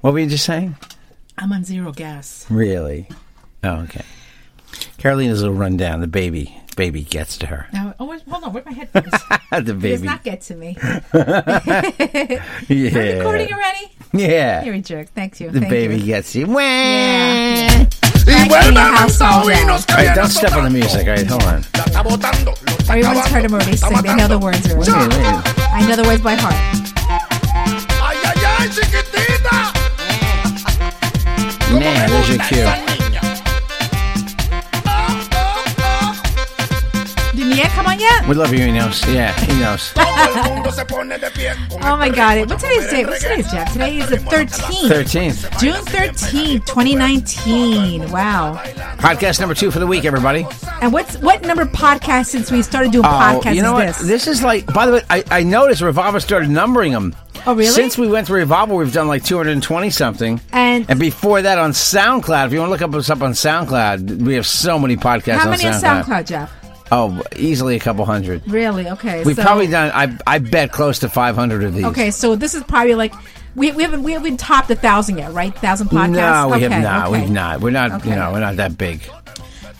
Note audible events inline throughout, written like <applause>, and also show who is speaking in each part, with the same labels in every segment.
Speaker 1: What were you just saying?
Speaker 2: I'm on zero gas.
Speaker 1: Really? Oh, okay. Carolina's will run down. The baby, baby gets to her. <laughs>
Speaker 2: Now, oh, wait, hold on, where are my headphones?
Speaker 1: the
Speaker 2: It does
Speaker 1: baby.
Speaker 2: not get
Speaker 1: <laughs>
Speaker 2: to me.
Speaker 1: yeah.
Speaker 2: Are you recording already?
Speaker 1: yeah.
Speaker 2: You're a jerk. Thank you.
Speaker 1: The
Speaker 2: Thank
Speaker 1: baby
Speaker 2: You.
Speaker 1: gets you.
Speaker 2: Yeah.
Speaker 3: Y
Speaker 2: vuelve
Speaker 3: vuelve
Speaker 2: al
Speaker 3: Maurinos
Speaker 2: taurino,
Speaker 1: All right, don't step on the music. All right, hold on.
Speaker 3: La está botando.
Speaker 2: Everyone's heard him already sing. They know the words
Speaker 1: Wait a minute,
Speaker 2: already.
Speaker 1: wait a minute.
Speaker 2: I know the words by heart.
Speaker 3: ¡Ay, ay, ay, chiquitita!
Speaker 1: Man, there's your cue.
Speaker 2: Did Nia come on yet?
Speaker 1: We love you, Enos. Yeah, Enos.
Speaker 2: Oh my God. It- What's today's day? What's today's Jeff? Today is the 13th.
Speaker 1: 13th.
Speaker 2: June 13th, 2019. Wow.
Speaker 1: Podcast number two for the week, everybody.
Speaker 2: And what's what number podcast since we started doing podcasts
Speaker 1: Oh, you know
Speaker 2: is
Speaker 1: what?
Speaker 2: this?
Speaker 1: is like. By the way, I, I noticed Revolver started numbering them.
Speaker 2: Oh, really?
Speaker 1: Since we went to Revolver, we've done like 220 something.
Speaker 2: And-
Speaker 1: and before that on SoundCloud, if you want to look up us up on SoundCloud, we have so many podcasts
Speaker 2: How
Speaker 1: on
Speaker 2: many on
Speaker 1: SoundCloud.
Speaker 2: SoundCloud, Jeff?
Speaker 1: Oh, easily a couple hundred.
Speaker 2: Really? Okay.
Speaker 1: We've
Speaker 2: so,
Speaker 1: probably done. I I bet close to 500 of these.
Speaker 2: Okay, so this is probably like we, we haven't we haven't topped a thousand yet, right? Thousand podcasts.
Speaker 1: No, we
Speaker 2: Okay,
Speaker 1: have not.
Speaker 2: okay.
Speaker 1: We've not. We're not. You
Speaker 2: Okay.
Speaker 1: know, we're not that big. <laughs>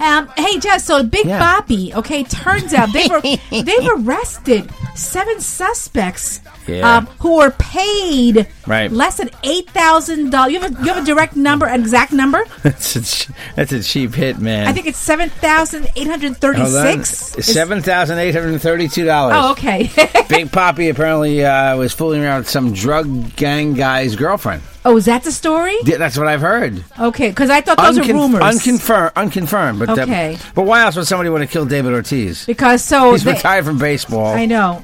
Speaker 2: Um, hey, Jess. So Big
Speaker 1: Yeah.
Speaker 2: Boppy. Okay, turns out they've
Speaker 1: <laughs>
Speaker 2: ar- they've arrested seven suspects.
Speaker 1: Yeah.
Speaker 2: Um, who were paid
Speaker 1: Right.
Speaker 2: less than eight thousand dollars? You have a, you have a direct number, an exact number?
Speaker 1: That's a, ch- that's a cheap hit, man.
Speaker 2: I think it's seven thousand eight hundred thirty-six. Is-
Speaker 1: Seven thousand eight hundred thirty-two dollars.
Speaker 2: Oh, okay. <laughs>
Speaker 1: Big Poppy apparently uh, was fooling around with some drug gang guy's girlfriend.
Speaker 2: oh, is that the story?
Speaker 1: Yeah, That's what I've heard.
Speaker 2: Okay, because I thought those
Speaker 1: Uncon-
Speaker 2: are rumors.
Speaker 1: Unconfirmed. Unconfirmed. But uh,
Speaker 2: Okay.
Speaker 1: but why else would somebody want to kill David Ortiz?
Speaker 2: because so
Speaker 1: He's
Speaker 2: they-
Speaker 1: retired from baseball.
Speaker 2: I know.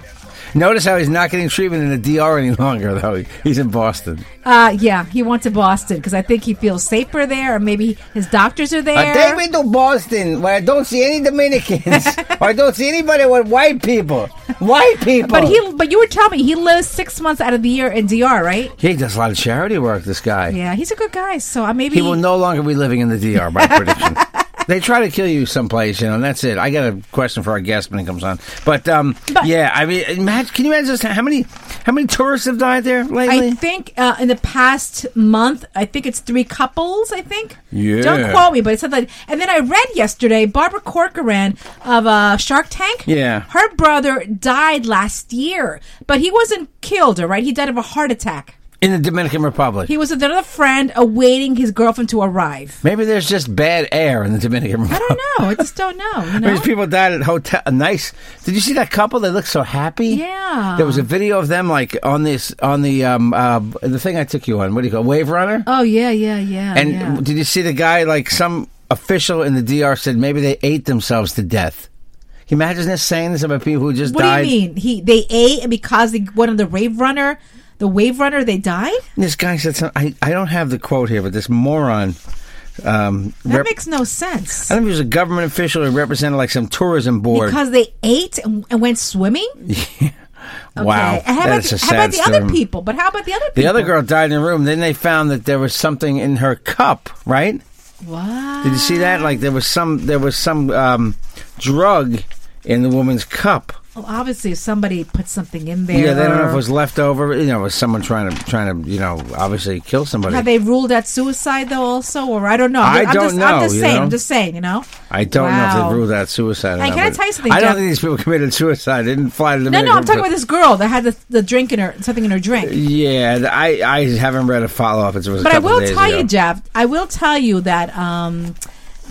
Speaker 1: Notice how he's not getting treatment in the DR any longer, though. He's in Boston.
Speaker 2: Uh, yeah, he went to Boston because I think he feels safer there, or maybe his doctors are
Speaker 1: I
Speaker 2: there.
Speaker 1: Uh, they went to Boston where I don't see any
Speaker 2: <laughs>
Speaker 1: Dominicans. or I don't see anybody with white people. White people.
Speaker 2: but he, but you were telling me he lives six months out of the year in DR, right?
Speaker 1: he does a lot of charity work, this guy.
Speaker 2: Yeah, he's a good guy. So I maybe
Speaker 1: He will no longer be living in the DR by prediction. <laughs> they try to kill you someplace, you know, and that's it. I got a question for our guest when he comes on. But, um,
Speaker 2: But-
Speaker 1: yeah, I mean, imagine, can you imagine just how many how many tourists have died there lately?
Speaker 2: I think uh, in the past month, I think it's three couples. I think.
Speaker 1: Yeah.
Speaker 2: Don't quote me, but it said that. And then I read yesterday Barbara Corcoran of uh, Shark Tank.
Speaker 1: Yeah.
Speaker 2: Her brother died last year, but he wasn't killed, all right? He died of a heart attack.
Speaker 1: in the Dominican Republic.
Speaker 2: He was with another friend awaiting his girlfriend to arrive.
Speaker 1: Maybe there's just bad air in the Dominican
Speaker 2: I
Speaker 1: Republic.
Speaker 2: don't know. I just don't know. You know?
Speaker 1: These people died at hotel. Nice. Did you see that couple? They looked so happy.
Speaker 2: Yeah.
Speaker 1: There was a video of them like on this on the um uh the thing I took you on. What do you call it? Wave Runner?
Speaker 2: Oh yeah, yeah, yeah.
Speaker 1: and
Speaker 2: yeah.
Speaker 1: did you see the guy like some official in the DR said maybe they ate themselves to death? Can you imagine this saying this about people who just
Speaker 2: what
Speaker 1: died?
Speaker 2: do you mean? He they ate and because they, one of the wave runner, the wave runner, they died.
Speaker 1: This guy said something. I I don't have the quote here, but this moron. Um,
Speaker 2: That
Speaker 1: rep-
Speaker 2: makes no sense.
Speaker 1: I don't know if he was a government official or represented like some tourism board.
Speaker 2: Because they ate and, and went swimming.
Speaker 1: wow,
Speaker 2: Okay. And
Speaker 1: that
Speaker 2: how about,
Speaker 1: is
Speaker 2: the-
Speaker 1: a
Speaker 2: how about
Speaker 1: sad
Speaker 2: the
Speaker 1: story.
Speaker 2: other people? But how about the other people?
Speaker 1: The other girl died in the room. Then they found that there was something in her cup, right?
Speaker 2: What?
Speaker 1: Did you
Speaker 2: Ah.
Speaker 1: see that? Like there was some there was some um, drug in the woman's cup.
Speaker 2: Well, obviously, if somebody put something in there,
Speaker 1: Yeah, they don't know if it was leftover. You know, it was someone trying to trying to you know obviously kill somebody.
Speaker 2: Have they ruled out suicide though, also, or I don't know. I'm
Speaker 1: I
Speaker 2: ju- I'm
Speaker 1: don't
Speaker 2: just,
Speaker 1: know,
Speaker 2: I'm just
Speaker 1: you
Speaker 2: saying.
Speaker 1: know?
Speaker 2: I'm just saying. You know.
Speaker 1: I don't know if
Speaker 2: Wow.
Speaker 1: they ruled out suicide. Or
Speaker 2: Hey,
Speaker 1: not,
Speaker 2: can I
Speaker 1: but
Speaker 2: tell you something,
Speaker 1: I don't
Speaker 2: Jeff?
Speaker 1: think these people <laughs> committed suicide. They didn't fly to the.
Speaker 2: No, no, I'm talking about this girl that had the, the drink in her, something in her drink.
Speaker 1: Yeah, th- I I haven't read a follow up. It was, a
Speaker 2: But I
Speaker 1: couple
Speaker 2: will
Speaker 1: days
Speaker 2: tell
Speaker 1: ago.
Speaker 2: you, Jeff. I will tell you that um,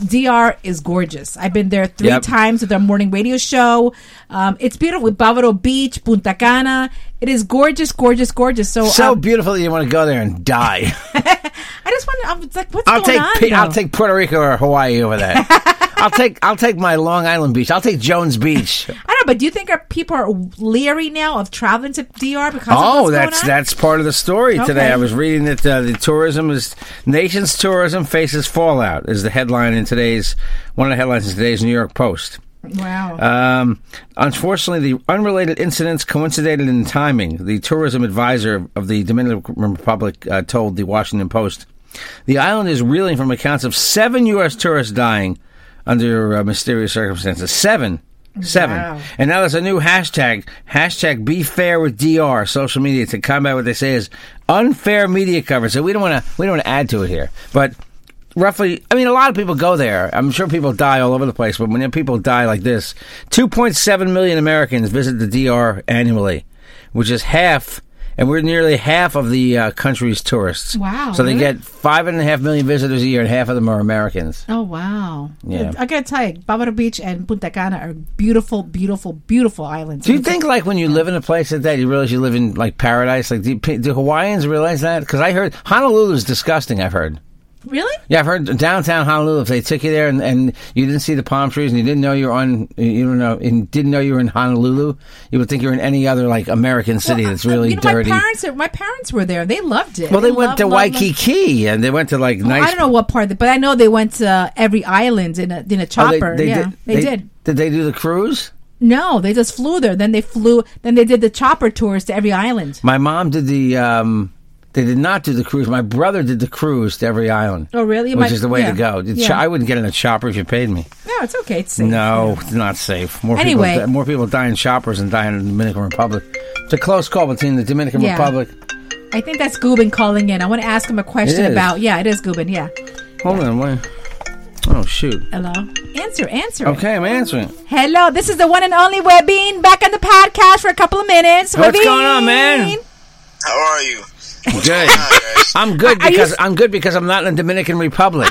Speaker 2: DR is gorgeous. I've been there three
Speaker 1: Yep.
Speaker 2: times at their morning radio show. Um, it's beautiful with Bavaro Beach, Punta Cana. It is gorgeous, gorgeous, gorgeous. So,
Speaker 1: So
Speaker 2: um,
Speaker 1: beautiful that you want to go there and
Speaker 2: <laughs>
Speaker 1: die.
Speaker 2: I just want. to I'm like, what's
Speaker 1: I'll
Speaker 2: going
Speaker 1: take
Speaker 2: on?
Speaker 1: P- I'll
Speaker 2: though?
Speaker 1: take Puerto Rico or Hawaii over
Speaker 2: <laughs>
Speaker 1: that. I'll take I'll take my Long Island Beach. I'll take Jones Beach.
Speaker 2: I don't know, but do you think our people are leery now of traveling to DR because of
Speaker 1: Oh,
Speaker 2: what's
Speaker 1: that's
Speaker 2: going on?
Speaker 1: that's part of the story today.
Speaker 2: Okay.
Speaker 1: I was reading that uh, the tourism is nation's tourism faces fallout is the headline in today's one of the headlines in today's New York Post.
Speaker 2: wow.
Speaker 1: Um, unfortunately, the unrelated incidents coincided in timing. The tourism advisor of the Dominican Republic uh, told the Washington Post, "The island is reeling from accounts of seven U.S. tourists dying under uh, mysterious circumstances. Seven, seven.
Speaker 2: Wow.
Speaker 1: And now there's a new hashtag: hashtag Be Fair with DR. Social media to combat what they say is unfair media coverage. So we don't want to we don't want to add to it here, but." roughly i mean a lot of people go there i'm sure people die all over the place but when people die like this 2.7 million americans visit the dr annually which is half and we're nearly half of the uh, country's tourists
Speaker 2: Wow,
Speaker 1: so they
Speaker 2: really?
Speaker 1: get five and a half million visitors a year and half of them are americans
Speaker 2: Oh wow!
Speaker 1: Yeah.
Speaker 2: I gotta tell you, Bavaro Beach and Punta Cana are beautiful, beautiful, beautiful islands.
Speaker 1: do you think like when you live in a place like that you realize you live in like paradise like do, you, do hawaiians realize that because i heard honolulu is disgusting i've heard
Speaker 2: really?
Speaker 1: Yeah, I've heard downtown Honolulu. If they took you there and, and you didn't see the palm trees and you didn't know you were on, you don't know, and didn't know you were in Honolulu, you would think you're in any other like American city
Speaker 2: Well,
Speaker 1: that's
Speaker 2: I-
Speaker 1: really
Speaker 2: <laughs> you know,
Speaker 1: dirty.
Speaker 2: My parents, are- my parents were there. They loved it.
Speaker 1: well, they
Speaker 2: loved-
Speaker 1: went to
Speaker 2: loved-
Speaker 1: Waikiki and they went to like
Speaker 2: loved-
Speaker 1: nice.
Speaker 2: I don't know what part, of it, but I know they went to every island in a in
Speaker 1: Oh,
Speaker 2: a
Speaker 1: they-
Speaker 2: chopper.
Speaker 1: they
Speaker 2: yeah,
Speaker 1: did-
Speaker 2: they, did.
Speaker 1: Did they do the cruise?
Speaker 2: No, they just flew there. Then they flew. Then they did the chopper tours to every island.
Speaker 1: My mom did the. um they did not do the cruise. My brother did the cruise to every island.
Speaker 2: Oh, really?
Speaker 1: Which
Speaker 2: My-
Speaker 1: is the way
Speaker 2: yeah.
Speaker 1: to go. The cho-
Speaker 2: Yeah.
Speaker 1: I wouldn't get in a chopper if you paid me.
Speaker 2: No, it's okay. It's safe.
Speaker 1: No, it's not safe. More
Speaker 2: Anyway.
Speaker 1: people, di- more people die in shoppers than die in the Dominican Republic. It's a close call between the Dominican
Speaker 2: Yeah.
Speaker 1: Republic.
Speaker 2: I think that's Gubin calling in. I want to ask him a question
Speaker 1: is.
Speaker 2: about. Yeah, it is Gubin. Yeah.
Speaker 1: Hold on, wait. Oh shoot.
Speaker 2: Hello. Answer. Answer. it.
Speaker 1: Okay, I'm answering.
Speaker 2: Hello, this is the one and only Webin back on the podcast for a couple of minutes.
Speaker 1: What's
Speaker 2: Webin!
Speaker 1: going on, man?
Speaker 3: How are you?
Speaker 1: Good. <laughs> I'm good
Speaker 2: Are you
Speaker 1: because
Speaker 2: s-
Speaker 1: I'm good because I'm not in the Dominican
Speaker 2: <laughs>
Speaker 1: Republic.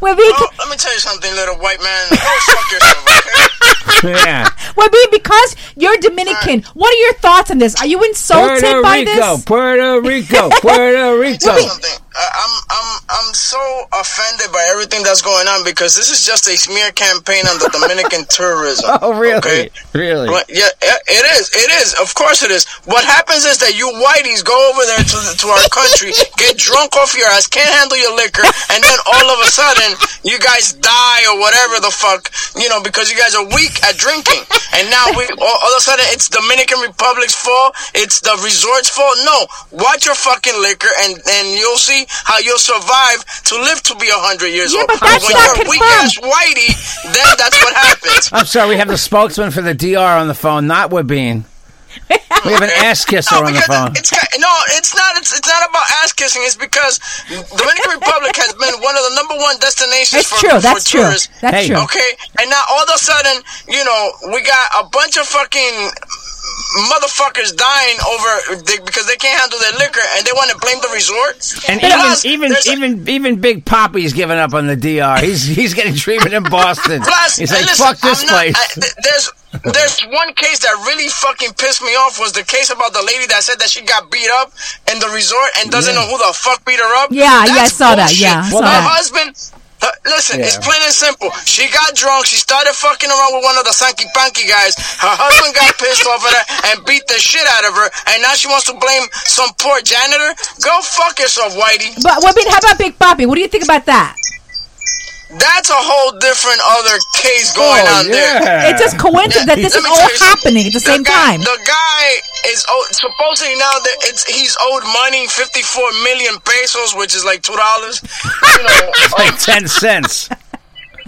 Speaker 2: Webin,
Speaker 3: Oh, let me tell you something, little white man. Go suck yourself, okay?
Speaker 1: yeah.
Speaker 2: Webin, because you're Dominican, what are your thoughts on this? Are you insulted
Speaker 1: Puerto
Speaker 2: by
Speaker 1: Rico,
Speaker 2: this?
Speaker 1: Puerto Rico,
Speaker 2: <laughs>
Speaker 1: Puerto
Speaker 3: Tell
Speaker 1: Rico.
Speaker 3: you something. I, I'm I'm I'm so offended by everything that's going on because this is just a smear campaign on the Dominican
Speaker 1: <laughs>
Speaker 3: tourism.
Speaker 1: Oh really?
Speaker 3: okay?
Speaker 1: Really?
Speaker 3: Well, yeah, it it is. It is. Of course it is. What happens is that you whiteys go over there to, the, to our country,
Speaker 2: <laughs>
Speaker 3: get drunk off your ass, can't handle your liquor, and then all of a sudden you guys die or whatever the fuck, you know, because you guys are weak at drinking. And now we all, all of a sudden it's Dominican Republic's fault. It's the resort's fault. No, watch your fucking liquor, and and you'll see how you'll survive to live to be hundred years
Speaker 2: Yeah,
Speaker 3: old.
Speaker 2: but that's
Speaker 3: when
Speaker 2: not
Speaker 3: you're a weak ass whitey, then that's what happens.
Speaker 1: I'm sorry, we have the spokesman for the DR on the phone, not Wabine. Oh, We have an ass kisser
Speaker 3: No,
Speaker 1: on the
Speaker 3: because
Speaker 1: phone.
Speaker 3: It's ki- no, it's not. It's, it's not about ass kissing. It's because Dominican Republic has been one of the number one
Speaker 2: That's
Speaker 3: destinations for,
Speaker 2: true,
Speaker 3: for
Speaker 2: that's true,
Speaker 3: tourists.
Speaker 1: Hey.
Speaker 2: that's true.
Speaker 3: Okay, and now all of a sudden, you know, we got a bunch of fucking motherfuckers dying over they, because they can't handle their liquor, and they want to blame the resort.
Speaker 1: And
Speaker 3: Plus,
Speaker 1: even
Speaker 3: there's a-
Speaker 1: even even even Big Poppy's giving up on the DR. He's he's getting treatment in Boston.
Speaker 3: <laughs> Plus,
Speaker 1: He's like,
Speaker 3: listen,
Speaker 1: fuck this
Speaker 3: I'm not-
Speaker 1: place.
Speaker 3: I-
Speaker 1: <laughs>
Speaker 3: th- there's there's one case that really fucking pissed me off was the case about the lady that said that she got beat up in the resort and doesn't know who the fuck beat her up.
Speaker 2: Yeah, yeah, I saw that,
Speaker 3: bullshit.
Speaker 2: yeah, I saw
Speaker 3: her
Speaker 2: that.
Speaker 3: husband. uh, Listen, it's
Speaker 1: Yeah.
Speaker 3: plain and simple. She got drunk. She started fucking around with one of the Sanky Panky guys. Her husband got pissed off at her and beat the shit out of her. And now she wants to blame some poor janitor. Go fuck yourself, Whitey.
Speaker 2: But Webin, how about Big Papi? What do you think about that?
Speaker 3: That's a whole different other case going
Speaker 1: Oh,
Speaker 3: on there.
Speaker 1: yeah.
Speaker 2: it's just coincidence <laughs> that this is
Speaker 3: Let me tell
Speaker 2: all
Speaker 3: you something.
Speaker 2: happening at the same
Speaker 3: guy,
Speaker 2: time.
Speaker 3: The guy is owed, supposedly now that it's he's owed money fifty four
Speaker 2: <laughs>
Speaker 3: million pesos, which is like two dollars. You know,
Speaker 1: like ten cents.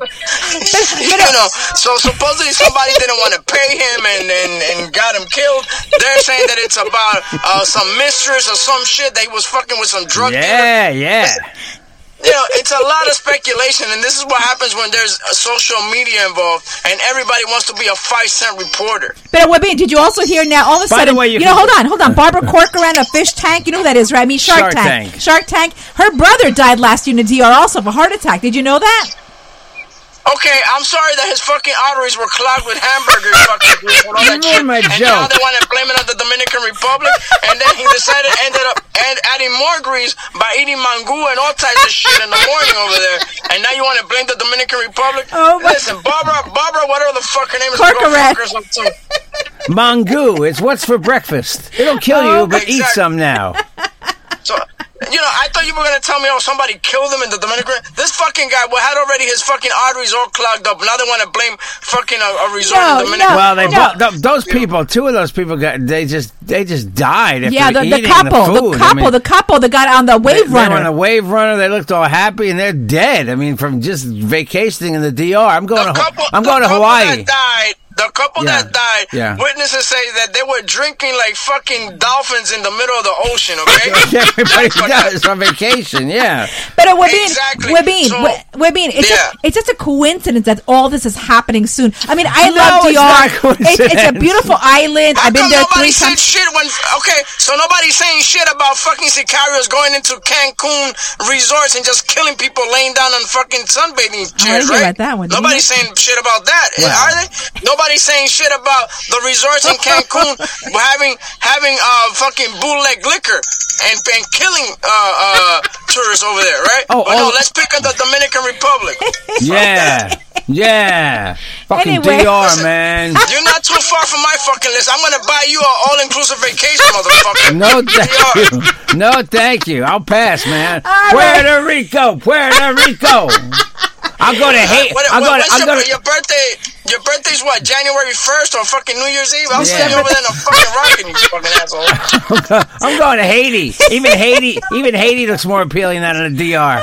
Speaker 3: you know, so supposedly somebody didn't want to pay him and, and, and got him killed. They're saying that it's about uh, some mistress or some shit that he was fucking with some drug dealer.
Speaker 1: Yeah, yeah.
Speaker 3: You know, it's a lot of speculation, and this is what happens when there's uh, social media involved, and everybody wants to be a five cent reporter.
Speaker 2: But what mean? Did you also hear now? All of a
Speaker 1: By the
Speaker 2: sudden,
Speaker 1: way, you
Speaker 2: you,
Speaker 1: can-
Speaker 2: know, hold
Speaker 1: <laughs>
Speaker 2: on, hold on. Barbara Corcoran of Fish Tank, you know who that is, right? I mean, Shark,
Speaker 1: Shark
Speaker 2: Tank.
Speaker 1: Tank.
Speaker 2: Shark Tank. Her brother died last year in the DR, also of a heart attack. Did you know that?
Speaker 3: Okay, I'm sorry that his fucking arteries were clogged with hamburgers, fucking grease and all
Speaker 1: You
Speaker 3: that shit.
Speaker 1: ruined my
Speaker 3: and now
Speaker 1: joke.
Speaker 3: they want to blame it on the Dominican Republic, and then he decided ended up and adding more grease by eating mango and all types of shit in the morning over there. And now you want to blame the Dominican Republic?
Speaker 2: Oh, my-
Speaker 3: Listen, Barbara, Barbara, whatever the fuck her name is,
Speaker 2: Corcoran.
Speaker 3: girlfriend or something.
Speaker 1: Mangoo. It's what's for breakfast. It'll kill you,
Speaker 3: Oh,
Speaker 1: but eat
Speaker 3: exactly.
Speaker 1: some
Speaker 3: <laughs>
Speaker 1: now.
Speaker 3: So, you know, I thought you were gonna tell me, oh, somebody killed him in the Dominican. This fucking guy well, had already his fucking arteries all clogged up. Now they want to blame fucking a, a resort
Speaker 2: No,
Speaker 3: in Dominican.
Speaker 2: no.
Speaker 1: Well, they
Speaker 2: No.
Speaker 1: both, th- those people, two of those people got they just they just died. After
Speaker 2: yeah, the,
Speaker 1: eating
Speaker 2: the couple, the,
Speaker 1: food. I
Speaker 2: couple,
Speaker 1: mean,
Speaker 2: the couple that got on
Speaker 1: they,
Speaker 2: the wave
Speaker 1: they were
Speaker 2: runner.
Speaker 1: on a wave runner. They looked all happy, and they're dead. I mean, from just vacationing in the DR. I'm going
Speaker 3: the
Speaker 1: to
Speaker 3: couple,
Speaker 1: I'm
Speaker 3: the
Speaker 1: going to
Speaker 3: couple
Speaker 1: Hawaii.
Speaker 3: That died, the couple
Speaker 1: Yeah.
Speaker 3: that died,
Speaker 1: Yeah.
Speaker 3: witnesses say that they were drinking like fucking dolphins in the middle of the ocean,
Speaker 1: <laughs>
Speaker 3: okay?
Speaker 1: Everybody
Speaker 3: That's what
Speaker 1: does on vacation.
Speaker 3: <laughs>
Speaker 1: Yeah.
Speaker 2: But we're being,
Speaker 3: Exactly.
Speaker 2: we're being,
Speaker 3: So-
Speaker 2: we're- we're being. It's just,
Speaker 3: Yeah.
Speaker 2: it's just a coincidence that all this is happening soon. I mean, I love
Speaker 1: it's not a
Speaker 2: DR. It's, it's a
Speaker 1: coincidence.
Speaker 2: beautiful island.
Speaker 3: How
Speaker 2: I've been
Speaker 3: come
Speaker 2: there
Speaker 3: nobody
Speaker 2: three
Speaker 3: said
Speaker 2: times.
Speaker 3: shit when okay, so nobody's saying shit about fucking sicarios going into Cancun resorts and just killing people laying down on fucking sunbathing chairs,
Speaker 2: hear
Speaker 3: right?
Speaker 2: about that one.
Speaker 3: Nobody's saying shit about that, are they? Nobody's saying shit about the resorts in Cancun
Speaker 2: <laughs>
Speaker 3: having having uh fucking bootleg liquor and and killing uh uh tourists over there, right?
Speaker 1: Oh,
Speaker 3: but no,
Speaker 1: all-
Speaker 3: let's pick on the Dominican
Speaker 2: <laughs>
Speaker 3: Republic.
Speaker 1: Yeah. Yeah. Fucking
Speaker 2: Anyway.
Speaker 1: DR, man.
Speaker 3: You're not too far from my fucking list. I'm gonna buy you an all-inclusive vacation, motherfucker. <laughs>
Speaker 1: No,
Speaker 3: DR.
Speaker 1: thank <laughs> you. No, thank you. I'll pass, man.
Speaker 2: All right.
Speaker 1: Puerto Rico, Puerto Rico. I'll go to hate.
Speaker 3: What,
Speaker 1: I'll go
Speaker 3: what-
Speaker 1: to.
Speaker 3: when's
Speaker 1: I'll
Speaker 3: your,
Speaker 1: go to.
Speaker 3: your birthday? Your birthday's what? January first or fucking New Year's Eve? I'll
Speaker 1: Yeah.
Speaker 3: send you over there in a fucking rocket, you fucking asshole.
Speaker 1: I'm going to Haiti. Even Haiti, even Haiti looks more appealing than the
Speaker 3: <laughs>
Speaker 1: DR.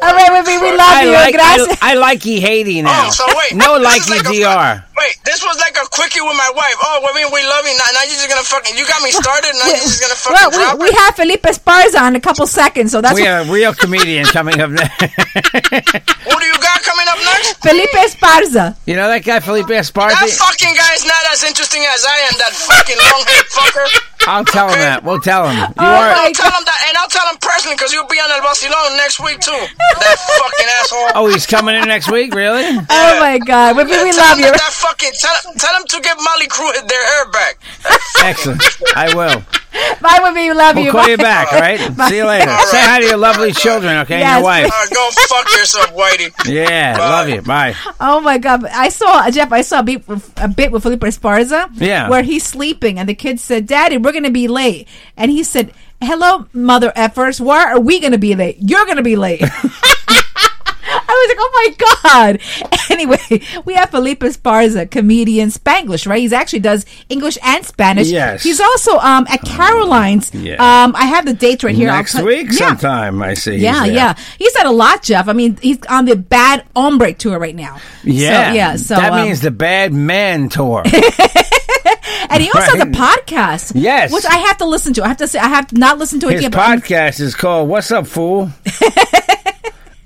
Speaker 2: All right, we, we, we love
Speaker 1: I
Speaker 2: you.
Speaker 1: like,
Speaker 2: Gracias.
Speaker 1: I,
Speaker 3: <laughs>
Speaker 1: I like ye Haiti now.
Speaker 3: Oh, so wait.
Speaker 1: no
Speaker 3: this
Speaker 1: like
Speaker 3: is
Speaker 1: ye
Speaker 3: a fu-
Speaker 1: DR.
Speaker 3: Wait, this was like a quickie with my wife. Oh, I mean, we love you. Now, now you're just gonna fucking. You got me started. Now you're just gonna
Speaker 2: well,
Speaker 3: fucking
Speaker 2: we,
Speaker 3: drop
Speaker 2: we
Speaker 3: it.
Speaker 2: have Felipe Esparza in a couple seconds, so that's
Speaker 1: we
Speaker 2: what,
Speaker 1: have a real comedian coming up <laughs> next.
Speaker 3: Who do you got coming up next?
Speaker 2: Felipe Esparza.
Speaker 1: you know that guy Felipe
Speaker 3: That
Speaker 1: Esparza?
Speaker 3: fucking guy's not as interesting as I am. That fucking long-haired fucker.
Speaker 1: I'll tell him that. We'll tell him. You
Speaker 2: Oh, my
Speaker 1: are.
Speaker 3: I'll tell him that, and I'll tell him personally because you'll be on El Vacilon next week too. That fucking asshole.
Speaker 1: Oh, he's coming in next week.
Speaker 2: <laughs>
Speaker 1: Really?
Speaker 2: Oh my God, we, we, we
Speaker 3: tell
Speaker 2: love
Speaker 3: him
Speaker 2: you.
Speaker 3: That, that fucking tell, tell him to give Molly Crew their hair back.
Speaker 1: Excellent. I will.
Speaker 2: Bye, we, we love
Speaker 1: We'll
Speaker 2: you.
Speaker 1: call you
Speaker 2: Bye.
Speaker 1: back, all
Speaker 2: <laughs>
Speaker 1: right? See you later.
Speaker 3: All
Speaker 1: Say
Speaker 3: right.
Speaker 1: hi to your lovely children, okay?
Speaker 2: Yes.
Speaker 1: And your wife.
Speaker 2: <laughs>
Speaker 3: Uh, go fuck yourself, Whitey.
Speaker 1: Yeah,
Speaker 3: Bye.
Speaker 1: love you. Bye.
Speaker 2: Oh my God! I saw Jeff. I saw a bit, with- a bit with Felipe Esparza.
Speaker 1: Yeah.
Speaker 2: where he's sleeping, and the kid said, "Daddy, we're gonna be late," and he said, "Hello, mother effers. Why are we gonna be late? You're gonna
Speaker 1: <laughs>
Speaker 2: be late." I was like, "Oh my God!" <laughs> Anyway, we have Felipe Esparza, comedian, Spanglish, right? He's actually does English and Spanish.
Speaker 1: Yes. Uh,
Speaker 2: He's also um, at Caroline's.
Speaker 1: yeah.
Speaker 2: Um, I have the dates right here. I'll
Speaker 1: Next
Speaker 2: put-
Speaker 1: week
Speaker 2: Yeah.
Speaker 1: sometime, I see. he's
Speaker 2: Yeah,
Speaker 1: there.
Speaker 2: yeah. He's had a lot, Jeff. I mean, he's on the Bad Hombre tour right now.
Speaker 1: Yeah.
Speaker 2: So, yeah. So,
Speaker 1: that
Speaker 2: um,
Speaker 1: means the bad man
Speaker 2: <laughs>
Speaker 1: tour.
Speaker 2: and he also has a podcast.
Speaker 1: Yes.
Speaker 2: Which I have to listen to. I have to say, I have not listened to it
Speaker 1: His
Speaker 2: yet. but I'm-
Speaker 1: podcast is called What's Up,
Speaker 2: <laughs>
Speaker 1: Fool?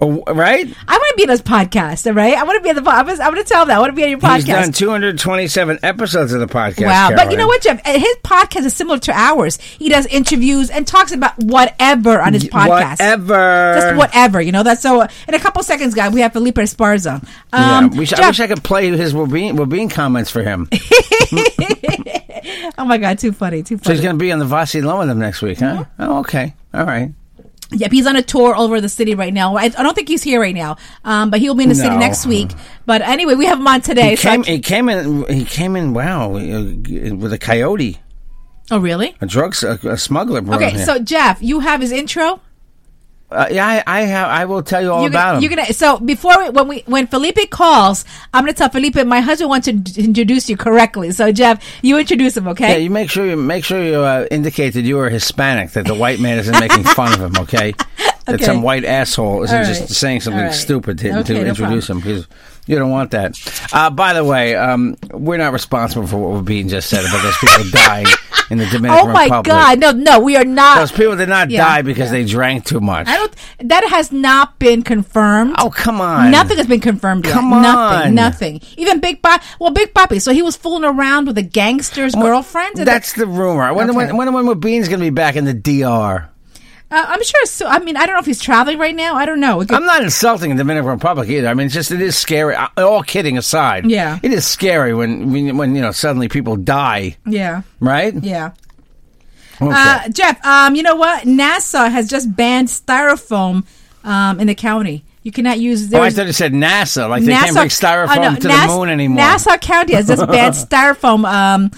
Speaker 1: Oh, right?
Speaker 2: I want to be in his podcast, all right? I want to be in the podcast. I want to tell that. I want to be on your
Speaker 1: He's done
Speaker 2: podcast.
Speaker 1: 227 episodes of the podcast.
Speaker 2: Wow. But you
Speaker 1: Caroline.
Speaker 2: know what, Jeff? Uh, His podcast is similar to ours. He does interviews and talks about whatever on his podcast.
Speaker 1: Whatever.
Speaker 2: Just whatever, you know. That's so. In a couple seconds, guys, we have Felipe Esparza.
Speaker 1: Yeah,
Speaker 2: Um,
Speaker 1: we should- I
Speaker 2: Jeff-
Speaker 1: wish I could play his Wabine, Wabine comments for him.
Speaker 2: oh my god, too funny, too
Speaker 1: So
Speaker 2: <laughs> funny.
Speaker 1: he's going to be on the Vasi Low with them next week, huh? Oh, okay. All right.
Speaker 2: Yep, he's on a tour all over the city right now. I, I don't think he's here right now, um, but he'll be in the city
Speaker 1: No.
Speaker 2: next week. But anyway, we have him on today.
Speaker 1: He
Speaker 2: so I
Speaker 1: came,
Speaker 2: c-
Speaker 1: he came in. He came in. Wow, uh, with a coyote,
Speaker 2: oh, really?
Speaker 1: a drug, s- a, a smuggler. Brought him
Speaker 2: Okay,
Speaker 1: here.
Speaker 2: so Jeff, you have his intro.
Speaker 1: uh, yeah, I, I have. I will tell you all
Speaker 2: You're
Speaker 1: about
Speaker 2: gonna,
Speaker 1: him.
Speaker 2: you're gonna. So before we, when we when Felipe calls, I'm gonna tell Felipe my husband wants to d- introduce you correctly. So Jeff, you introduce him,
Speaker 1: yeah,
Speaker 2: okay?
Speaker 1: you
Speaker 2: <laughs>
Speaker 1: make sure you make sure you uh, indicate that you are Hispanic, that the white man isn't making fun of him. Okay, that
Speaker 2: Okay.
Speaker 1: some white asshole isn't
Speaker 2: All right.
Speaker 1: just saying something
Speaker 2: All right.
Speaker 1: stupid to,
Speaker 2: Okay,
Speaker 1: to
Speaker 2: no
Speaker 1: introduce him because you don't want that. Uh, by the way, um, we're not responsible for what Beaton just said about those
Speaker 2: <laughs>
Speaker 1: people dying in the Dominican
Speaker 2: Oh my
Speaker 1: Republic.
Speaker 2: God! No, no, we are not.
Speaker 1: Those people did not
Speaker 2: Yeah,
Speaker 1: die because they drank too much.
Speaker 2: I don't. That has not been confirmed.
Speaker 1: Oh, come on.
Speaker 2: Nothing has been confirmed yet.
Speaker 1: Come on.
Speaker 2: Nothing. Nothing. Even Big Pop. Well, Big Poppy. So he was fooling around with a gangster's girlfriend. and
Speaker 1: That's the rumor. I wonder
Speaker 2: Okay.
Speaker 1: when, when, when, when Bean's going to be back in the DR.
Speaker 2: Uh, I'm sure. So, I mean, I don't know if he's traveling right now. I don't know. It could-
Speaker 1: I'm not insulting the Dominican Republic either. I mean, it's just it is scary. I- All kidding aside,
Speaker 2: Yeah.
Speaker 1: it is scary when when, when you know suddenly people die,
Speaker 2: yeah.
Speaker 1: right?
Speaker 2: Yeah.
Speaker 1: Okay.
Speaker 2: Uh, Jeff, um, you know what? NASA has just banned styrofoam um, in the county. You cannot use.
Speaker 1: oh, I
Speaker 2: there's-
Speaker 1: thought it said NASA. Like they can't bring styrofoam
Speaker 2: oh, no,
Speaker 1: to
Speaker 2: Nas-
Speaker 1: the moon anymore.
Speaker 2: NASA County has
Speaker 1: <laughs>
Speaker 2: just banned styrofoam um,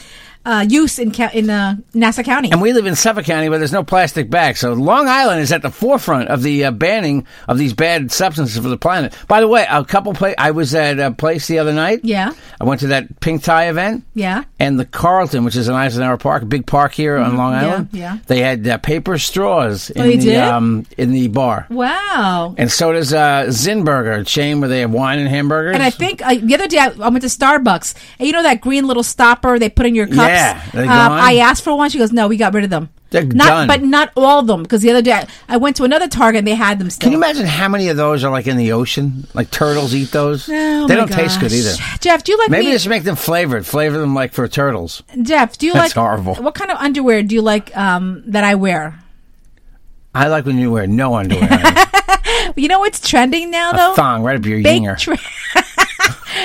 Speaker 2: uh, use in ca- in uh, NASA County.
Speaker 1: And we live in Suffolk County, where there's no plastic bags. So Long Island is at the forefront of the uh, banning of these bad substances for the planet. By the way, a couple pla- I was at a place the other night.
Speaker 2: Yeah.
Speaker 1: I went to that pink tie event.
Speaker 2: Yeah. Mm-hmm.
Speaker 1: And the Carlton, which is an Eisenhower Park, a big park here on Long Island.
Speaker 2: yeah.
Speaker 1: They had uh, paper straws in
Speaker 2: they
Speaker 1: the
Speaker 2: did?
Speaker 1: um in the bar.
Speaker 2: wow.
Speaker 1: And so does uh, Zinburger, a chain where they have wine and hamburgers.
Speaker 2: And I think uh, the other day I, I went to Starbucks, and you know that green little stopper they put in your cups.
Speaker 1: Yeah, they
Speaker 2: um,
Speaker 1: gone?
Speaker 2: I asked for one. She goes, "No, we got rid of them."
Speaker 1: They're
Speaker 2: not,
Speaker 1: done.
Speaker 2: but not all of them because the other day I, I went to another Target and they had them still.
Speaker 1: Can you imagine how many of those are like in the ocean? Like turtles eat those.
Speaker 2: Oh,
Speaker 1: they
Speaker 2: my
Speaker 1: don't taste good
Speaker 2: gosh.
Speaker 1: either.
Speaker 2: Jeff, do you like
Speaker 1: Maybe
Speaker 2: me?
Speaker 1: they should make them flavored. Flavor them like for turtles.
Speaker 2: Jeff, do you
Speaker 1: That's
Speaker 2: like
Speaker 1: horrible.
Speaker 2: What kind of underwear do you like um, that I wear?
Speaker 1: I like when you wear no
Speaker 2: <laughs>
Speaker 1: underwear, a
Speaker 2: You know what's trending now though?
Speaker 1: thong right up your
Speaker 2: big
Speaker 1: yinger,
Speaker 2: trend.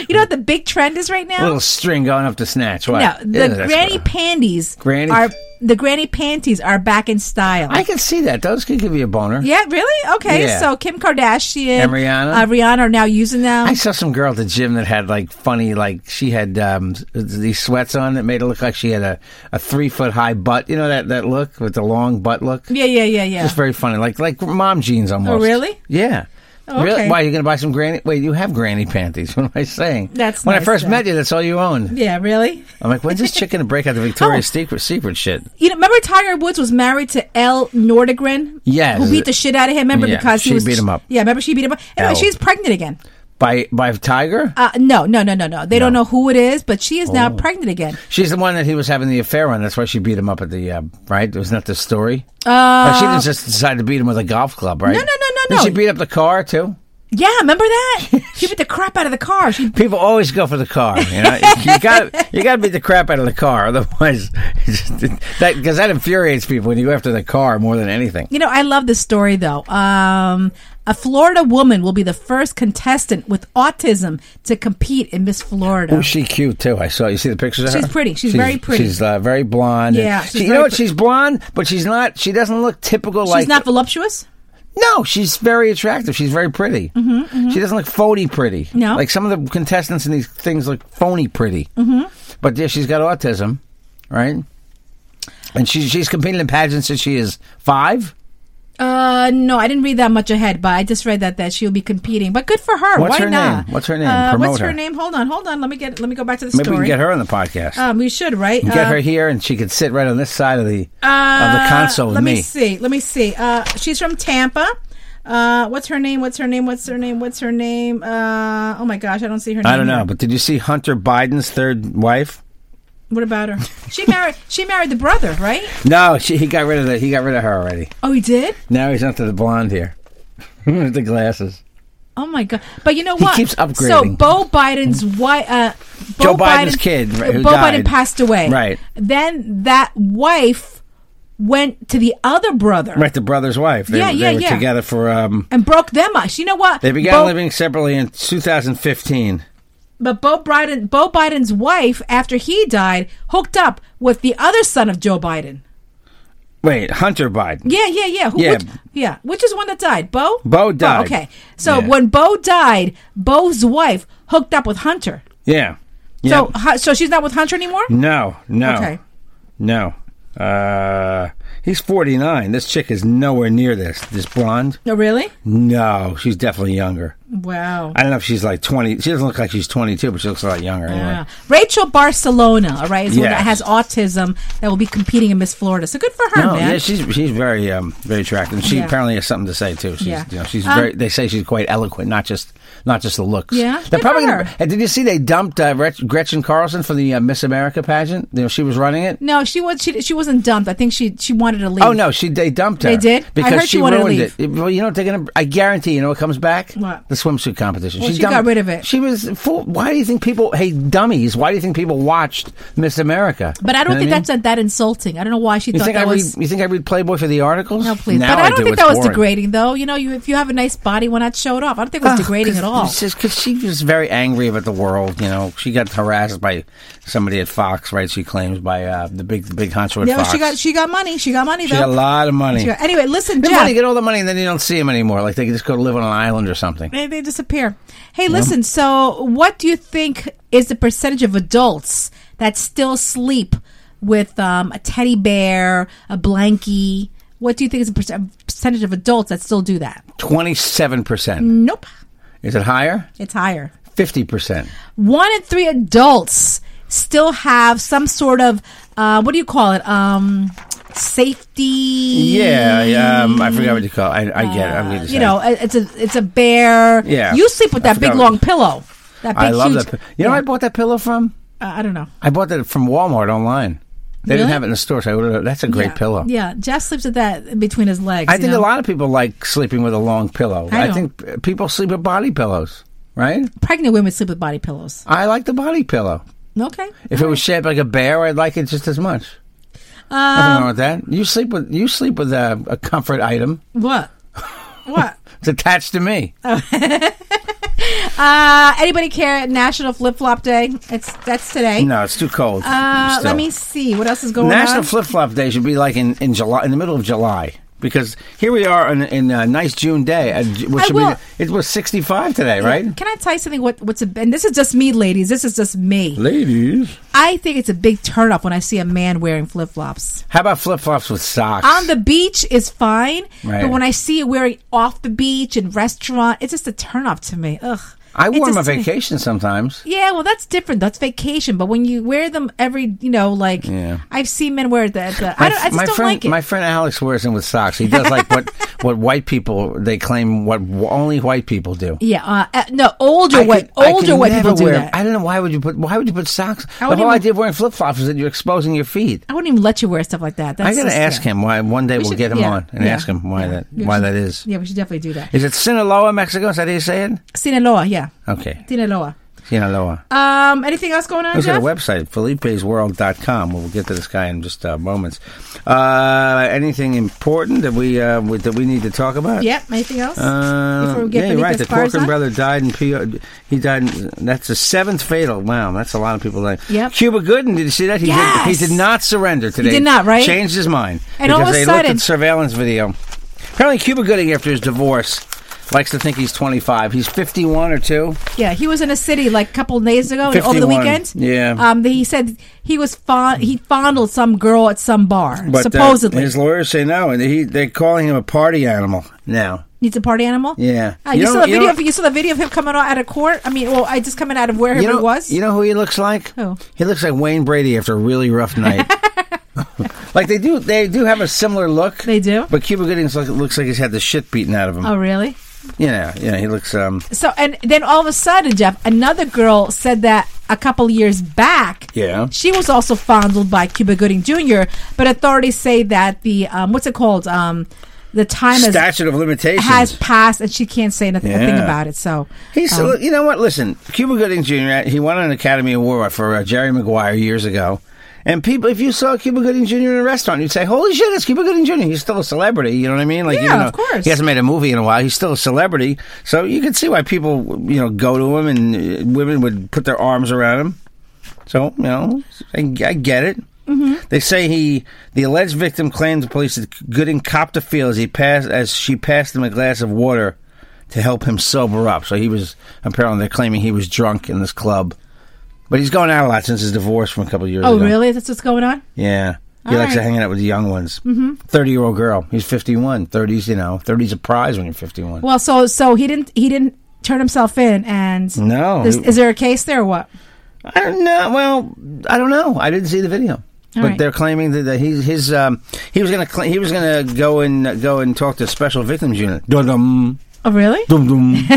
Speaker 2: <laughs> you know what the big trend is right
Speaker 1: a
Speaker 2: now?
Speaker 1: little string going up to snatch. What?
Speaker 2: no,
Speaker 1: Yeah,
Speaker 2: the
Speaker 1: that's
Speaker 2: granny
Speaker 1: good.
Speaker 2: panties
Speaker 1: Granny-
Speaker 2: are the granny panties are back in style.
Speaker 1: I can see that. Those could give you a boner.
Speaker 2: yeah, really? Okay,
Speaker 1: Yeah.
Speaker 2: so Kim Kardashian
Speaker 1: And Rihanna?
Speaker 2: uh, Rihanna are now using them.
Speaker 1: I saw some girl at the gym that had like funny, like she had um, s- these sweats on that made it look like she had a, a three foot high butt. You know that, that look with the long butt look.
Speaker 2: yeah, yeah, yeah, yeah.
Speaker 1: It's very funny, like like mom jeans almost.
Speaker 2: really?
Speaker 1: Yeah.
Speaker 2: Oh,
Speaker 1: Really?
Speaker 2: okay.
Speaker 1: Why are you going to buy some granny? Wait, you have granny panties. <laughs> What am I saying?
Speaker 2: That's
Speaker 1: when I
Speaker 2: nice,
Speaker 1: first
Speaker 2: Jeff.
Speaker 1: met you. That's all you owned.
Speaker 2: yeah, really.
Speaker 1: I'm like, when's this chick going to break out the
Speaker 2: <laughs>
Speaker 1: Victoria's
Speaker 2: Oh.
Speaker 1: Secret secret shit?
Speaker 2: You know, remember Tiger Woods was married to Elle Nordegren?
Speaker 1: Yes.
Speaker 2: who beat the shit out of him. Remember
Speaker 1: Yeah,
Speaker 2: because he
Speaker 1: she
Speaker 2: was
Speaker 1: beat him up.
Speaker 2: Yeah, remember she beat him up. Anyway,
Speaker 1: Elle.
Speaker 2: she's pregnant again.
Speaker 1: By by Tiger?
Speaker 2: Uh, no, no, no, no, no. They don't know who it is, but she is
Speaker 1: Oh.
Speaker 2: now pregnant again.
Speaker 1: She's the one that he was having the affair on. That's why she beat him up at the uh, right. Wasn't that the story? Uh, she didn't just decide to beat him with a golf club, right?
Speaker 2: No, no, no, no,
Speaker 1: Did she
Speaker 2: no.
Speaker 1: beat up the car too?
Speaker 2: Yeah, remember that? she beat the crap out of the car. She
Speaker 1: People always go for the car. You
Speaker 2: <laughs>
Speaker 1: know, you got you got to beat the crap out of the car, otherwise <laughs> it's just- that because that infuriates people when you go after the car more than anything.
Speaker 2: You know, I love this story though. Um, a Florida woman will be the first contestant with autism to compete in Miss Florida.
Speaker 1: Ooh, she cute too. I saw you see the pictures of her.
Speaker 2: She's pretty. She's very pretty.
Speaker 1: She's uh, very blonde. and-
Speaker 2: Yeah, she's
Speaker 1: she- you
Speaker 2: very
Speaker 1: know what?
Speaker 2: pre-
Speaker 1: She's blonde, but she's not. She doesn't look typical.
Speaker 2: She's
Speaker 1: like
Speaker 2: not voluptuous.
Speaker 1: No, she's very attractive. She's very pretty. Mm-hmm, She doesn't look phony pretty.
Speaker 2: No.
Speaker 1: like some of the contestants in these things look phony pretty. Mm-hmm. But yeah, she's got autism, right? And she's she's competed in pageants since she is five.
Speaker 2: Uh, no, I didn't read that much ahead, but I just read that that she'll be competing. But good for her.
Speaker 1: What's
Speaker 2: Why
Speaker 1: her
Speaker 2: not?
Speaker 1: name? What's her name?
Speaker 2: Uh,
Speaker 1: Promote
Speaker 2: what's her,
Speaker 1: her.
Speaker 2: name? Hold on, hold on. Let me get. Let me go back to the
Speaker 1: Maybe
Speaker 2: story.
Speaker 1: we can get her on the podcast.
Speaker 2: Um, we should right.
Speaker 1: get
Speaker 2: Uh,
Speaker 1: her here, and she could sit right on this side of the of the
Speaker 2: Uh,
Speaker 1: console with
Speaker 2: let
Speaker 1: me.
Speaker 2: see. Let me see. Uh, she's from Tampa. Uh, what's her name? What's her name? What's her name? What's her name? Uh, oh my gosh, I don't see her. name
Speaker 1: I don't know,
Speaker 2: here.
Speaker 1: but did you see Hunter Biden's third wife?
Speaker 2: what about her? She married. She married the brother, right?
Speaker 1: No, she, he got rid of the, he got rid of her already.
Speaker 2: Oh, he did.
Speaker 1: Now he's onto the blonde here, <laughs> with the glasses.
Speaker 2: Oh my god! But you know what?
Speaker 1: keeps upgrading.
Speaker 2: So Bo Biden's wife, uh, Bo
Speaker 1: Joe Biden's kid, right, who
Speaker 2: Bo
Speaker 1: died.
Speaker 2: Biden passed away.
Speaker 1: Right.
Speaker 2: Then that wife went to the other brother
Speaker 1: Right, the brother's wife. They,
Speaker 2: Yeah,
Speaker 1: they
Speaker 2: yeah,
Speaker 1: were
Speaker 2: yeah.
Speaker 1: together for um,
Speaker 2: and broke them up. You know what?
Speaker 1: They began
Speaker 2: Bo-
Speaker 1: living separately in 2015.
Speaker 2: But Bo Biden, Bo Biden's wife, after he died, hooked up with the other son of Joe Biden.
Speaker 1: Wait, Hunter Biden.
Speaker 2: Yeah, yeah, yeah. Who,
Speaker 1: Yeah.
Speaker 2: Which, yeah. Which is the one that died? Bo. Oh,
Speaker 1: Bo died.
Speaker 2: okay. So
Speaker 1: Yeah.
Speaker 2: when Bo died, Bo's wife hooked up with Hunter.
Speaker 1: Yeah.
Speaker 2: So
Speaker 1: Yeah.
Speaker 2: hu- so she's not with Hunter anymore.
Speaker 1: no, no,
Speaker 2: Okay.
Speaker 1: no. Uh, he's 49. This chick is nowhere near this. This blonde?
Speaker 2: No, Oh, really?
Speaker 1: No, she's definitely younger.
Speaker 2: Wow.
Speaker 1: I don't know if she's like 20. She doesn't look like she's 22, but she looks a lot younger anyway.
Speaker 2: Yeah. Rachel Barcelona, all right, is one
Speaker 1: Yeah.
Speaker 2: that has autism that will be competing in Miss Florida. So good for her,
Speaker 1: No,
Speaker 2: man.
Speaker 1: yeah, she's she's very um very attractive. She
Speaker 2: Yeah.
Speaker 1: apparently has something to say too. She's
Speaker 2: Yeah.
Speaker 1: you know, she's
Speaker 2: Um,
Speaker 1: very they say she's quite eloquent, not just not just the looks.
Speaker 2: Yeah,
Speaker 1: They're
Speaker 2: good
Speaker 1: probably
Speaker 2: for
Speaker 1: gonna,
Speaker 2: her.
Speaker 1: Hey, Did you see they dumped uh, Gretch- Gretchen Carlson for the uh, Miss America pageant? You know, she was running it.
Speaker 2: no, she was she, she wasn't dumped. I think she she wanted to leave.
Speaker 1: Oh no, she they dumped her.
Speaker 2: They did? I
Speaker 1: because
Speaker 2: heard she wanted to
Speaker 1: ruined
Speaker 2: leave.
Speaker 1: it. Well, you know what they're gonna. I guarantee you know what comes back.
Speaker 2: What?
Speaker 1: the swimsuit competition?
Speaker 2: Well, she got rid of it.
Speaker 1: She was. Full, why do you think people? Hey, dummies! Why do you think people watched Miss America?
Speaker 2: But I don't
Speaker 1: You know
Speaker 2: think
Speaker 1: what mean?
Speaker 2: that's that insulting. I don't know why she
Speaker 1: You
Speaker 2: thought
Speaker 1: think
Speaker 2: that
Speaker 1: I read?
Speaker 2: was.
Speaker 1: you think I read Playboy for the articles?
Speaker 2: No, please.
Speaker 1: Now
Speaker 2: but I don't
Speaker 1: do.
Speaker 2: think
Speaker 1: It's
Speaker 2: that was
Speaker 1: boring.
Speaker 2: degrading, though. You know, you if you have a nice body, why not show it off? I don't think it was
Speaker 1: Ugh,
Speaker 2: degrading at
Speaker 1: Oh, 'cause-
Speaker 2: all.
Speaker 1: It's just because she was very angry about the world. You know, she got harassed by somebody at Fox, right? She claims by uh, the big, the big honcho at
Speaker 2: No,
Speaker 1: Fox.
Speaker 2: she got she got money. She got money
Speaker 1: She
Speaker 2: though.
Speaker 1: got a lot of money.
Speaker 2: She got- anyway, listen,
Speaker 1: Get
Speaker 2: Jeff.
Speaker 1: money, get all the money, and then you don't see them anymore. Like they could just go live on an island or something.
Speaker 2: They, they disappear. Hey, listen. So, what do you think is the percentage of adults that still sleep with um, a teddy bear, a blankie? What do you think is the perc- percentage of adults that still do that?
Speaker 1: Twenty-seven percent.
Speaker 2: Nope,
Speaker 1: Is it higher?
Speaker 2: it's higher.
Speaker 1: Fifty percent.
Speaker 2: Mm. One in three adults still have some sort of uh, what do you call it? Um, safety.
Speaker 1: Yeah, yeah. Um, I forgot what you call. It. I, I get it. I'm
Speaker 2: Uh, You know, it- it's a it's a bear.
Speaker 1: Yeah.
Speaker 2: you sleep with
Speaker 1: I
Speaker 2: that big
Speaker 1: forgot.
Speaker 2: long pillow. That big
Speaker 1: I love
Speaker 2: huge,
Speaker 1: that. pi- You know, where I bought that pillow from.
Speaker 2: Uh, I don't know.
Speaker 1: I bought that from Walmart online. They didn't
Speaker 2: Really?
Speaker 1: have it in the store, so I ordered it. That's a great
Speaker 2: yeah.
Speaker 1: pillow.
Speaker 2: Yeah, Jeff sleeps with that in between his legs.
Speaker 1: I
Speaker 2: you
Speaker 1: think
Speaker 2: know?
Speaker 1: a lot of people like sleeping with a long pillow.
Speaker 2: I
Speaker 1: I,
Speaker 2: don't.
Speaker 1: think uh, people sleep with body pillows, right?
Speaker 2: pregnant women sleep with body pillows.
Speaker 1: I like the body pillow.
Speaker 2: Okay.
Speaker 1: If it was shaped like a bear, I'd like it just as much. Nothing wrong
Speaker 2: Um,
Speaker 1: with that. You sleep with you sleep with a, a comfort item. <laughs>
Speaker 2: what? What?
Speaker 1: It's attached to me.
Speaker 2: Uh, anybody care? National Flip Flop Day. It's that's today.
Speaker 1: No, it's too cold.
Speaker 2: Uh,
Speaker 1: still.
Speaker 2: let me see what else is going
Speaker 1: National
Speaker 2: on.
Speaker 1: Flip Flop Day should be like in, in July, in the middle of July, because here we are in, in a nice June day, uh, Ju- which
Speaker 2: I
Speaker 1: should
Speaker 2: will-
Speaker 1: be it was sixty five today, right?
Speaker 2: Can I tell you something? What what's a, and this is just me, ladies. This is just me.
Speaker 1: Ladies,
Speaker 2: I think it's a big turnoff when I see a man wearing flip flops.
Speaker 1: how about flip flops with socks?
Speaker 2: On the beach is fine,
Speaker 1: Right.
Speaker 2: but when I see it wearing off the beach and restaurant, it's just a turnoff to me. Ugh.
Speaker 1: I
Speaker 2: It
Speaker 1: wore them on
Speaker 2: just-
Speaker 1: vacation sometimes.
Speaker 2: Yeah, well, that's different. That's vacation. But when you wear them every, you know, like
Speaker 1: Yeah.
Speaker 2: I've seen men wear that. The, I, don't, I just
Speaker 1: my
Speaker 2: don't
Speaker 1: friend,
Speaker 2: like it.
Speaker 1: my friend Alex wears them with socks. He does like
Speaker 2: <laughs>
Speaker 1: what what white people they claim what w- only white people do.
Speaker 2: yeah, uh, uh, no, older
Speaker 1: I
Speaker 2: white,
Speaker 1: could- I
Speaker 2: older
Speaker 1: could
Speaker 2: white people
Speaker 1: never
Speaker 2: do
Speaker 1: wear-
Speaker 2: that.
Speaker 1: I
Speaker 2: I,
Speaker 1: don't know why would you put why would you put socks? The whole
Speaker 2: wouldn't even-
Speaker 1: idea of wearing flip flops is that you're exposing your feet.
Speaker 2: wouldn't even let you wear stuff like that. That's
Speaker 1: I gotta
Speaker 2: just-
Speaker 1: ask
Speaker 2: yeah.
Speaker 1: him why. One day we will
Speaker 2: should-
Speaker 1: get him
Speaker 2: yeah,
Speaker 1: on and
Speaker 2: yeah,
Speaker 1: ask him why
Speaker 2: yeah.
Speaker 1: that
Speaker 2: We
Speaker 1: why
Speaker 2: should-
Speaker 1: that is.
Speaker 2: Yeah, we should definitely do that.
Speaker 1: Is it Sinaloa, Mexico? Is that how you say it?
Speaker 2: Sinaloa, yeah,
Speaker 1: Okay,
Speaker 2: Sinaloa.
Speaker 1: Sinaloa.
Speaker 2: Um, anything else going on,
Speaker 1: Let's go to
Speaker 2: Jeff?
Speaker 1: the website, Felipe'sWorld.com. We'll get to this guy in just uh, moments. Uh, anything important that we uh, we- that we need to talk about?
Speaker 2: Yep. Anything else?
Speaker 1: Uh,
Speaker 2: Before we get
Speaker 1: yeah, you're right.
Speaker 2: Benitez
Speaker 1: The
Speaker 2: Bars
Speaker 1: Corcoran
Speaker 2: on?
Speaker 1: brother died in P. He died. In, that's the seventh fatal. Wow, that's a lot of people. Like
Speaker 2: Yep.
Speaker 1: Cuba Gooden. Did you see that? He
Speaker 2: Yes!
Speaker 1: did. He did not surrender today.
Speaker 2: did not, right?
Speaker 1: Changed his mind because
Speaker 2: And all of a
Speaker 1: they looked
Speaker 2: sudden-
Speaker 1: at surveillance video. Apparently, Cuba Gooding, after his divorce, likes to think he's 25. He's 51 or two.
Speaker 2: Yeah, he was in a city like a couple of days ago and over the
Speaker 1: 51,
Speaker 2: weekend.
Speaker 1: yeah.
Speaker 2: Um, he said he was fond he fondled some girl at some bar
Speaker 1: But uh,
Speaker 2: supposedly.
Speaker 1: his lawyers say no, and he they're calling him a party animal now.
Speaker 2: Needs a party animal.
Speaker 1: Yeah.
Speaker 2: Ah,
Speaker 1: You
Speaker 2: you,
Speaker 1: know-
Speaker 2: saw the
Speaker 1: you
Speaker 2: video.
Speaker 1: know-
Speaker 2: Of, you saw the video of him coming out of court. I mean, well, I just coming out of wherever
Speaker 1: you know,
Speaker 2: he was.
Speaker 1: You know who he looks like?
Speaker 2: Who?
Speaker 1: He looks like Wayne Brady after a really rough
Speaker 2: <laughs>
Speaker 1: night. like they do, they do have a similar look.
Speaker 2: They do?
Speaker 1: But Cuba Gooding like, looks like he's had the shit beaten out of him.
Speaker 2: oh, really?
Speaker 1: Yeah, yeah. He looks. Um,
Speaker 2: So, and then all of a sudden, Jeff, another girl said that a couple years back.
Speaker 1: Yeah.
Speaker 2: She was also fondled by Cuba Gooding Jr. But authorities say that the um, what's it called? Um, the time has,
Speaker 1: statute of limitations.
Speaker 2: has passed, and she can't say anything, a thing
Speaker 1: Yeah.
Speaker 2: about it. So
Speaker 1: He's,
Speaker 2: um,
Speaker 1: you know what? Listen, Cuba Gooding Jr. He won an Academy Award for uh, Jerry Maguire years ago, and people, if you saw Cuba Gooding Jr. in a restaurant, you'd say, "Holy shit, it's Cuba Gooding Jr." He's still a celebrity. You know what I mean? Like,
Speaker 2: Yeah,
Speaker 1: even though
Speaker 2: of course.
Speaker 1: He hasn't made a movie in a while. He's still a celebrity, so you can see why people, you know, go to him, and uh, women would put their arms around him. So you know, I, I get it.
Speaker 2: Mm-hmm.
Speaker 1: They say he, the alleged victim, claimed to police that Gooding copped a feel as he passed as she passed him a glass of water to help him sober up. So he was apparently they're claiming he was drunk in this club, but he's going out a lot since his divorce from a couple of years
Speaker 2: oh,
Speaker 1: ago.
Speaker 2: really? That's what's going on.
Speaker 1: Yeah. He
Speaker 2: All
Speaker 1: likes to
Speaker 2: right. Mm-hmm.
Speaker 1: hang out with the young ones. 30 year old girl. He's 51. 30s, you know, 30s a prize when you're 51.
Speaker 2: Well, so so he didn't he didn't turn himself in and
Speaker 1: No.
Speaker 2: is, is there a case there or what?
Speaker 1: I don't know. Well, I don't know. I didn't see the video.
Speaker 2: All
Speaker 1: but
Speaker 2: right.
Speaker 1: they're claiming that, that he's his um, he was gonna cl- he was gonna go and go and talk to special victims unit. Dum dum
Speaker 2: Oh, really?
Speaker 1: dum dum
Speaker 2: <laughs>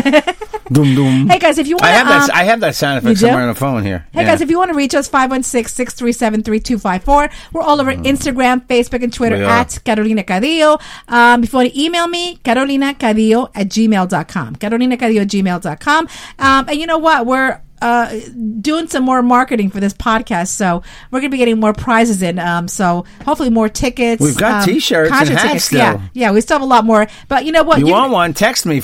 Speaker 1: dum dum.
Speaker 2: Hey guys, if you want,
Speaker 1: I have that.
Speaker 2: um,
Speaker 1: I have that sound
Speaker 2: you
Speaker 1: effect
Speaker 2: do?
Speaker 1: somewhere on the phone here.
Speaker 2: Hey guys, if you want to reach us, 516-637-3254. We're all over Instagram, Facebook, and Twitter
Speaker 1: Mm-hmm. We are.
Speaker 2: at Carolina Cadillo. Um, if you want to email me, Carolina Cadillo at gmail.com. Carolina Cadillo at gmail.com. Um, and you know what? We're uh, doing some more marketing for this podcast, so we're going to be getting more prizes in. Um, so hopefully more tickets.
Speaker 1: We've got
Speaker 2: um,
Speaker 1: t-shirts and
Speaker 2: concert
Speaker 1: hats still.
Speaker 2: Yeah, yeah, we still have a lot more. But you know what?
Speaker 1: You, want one? Text me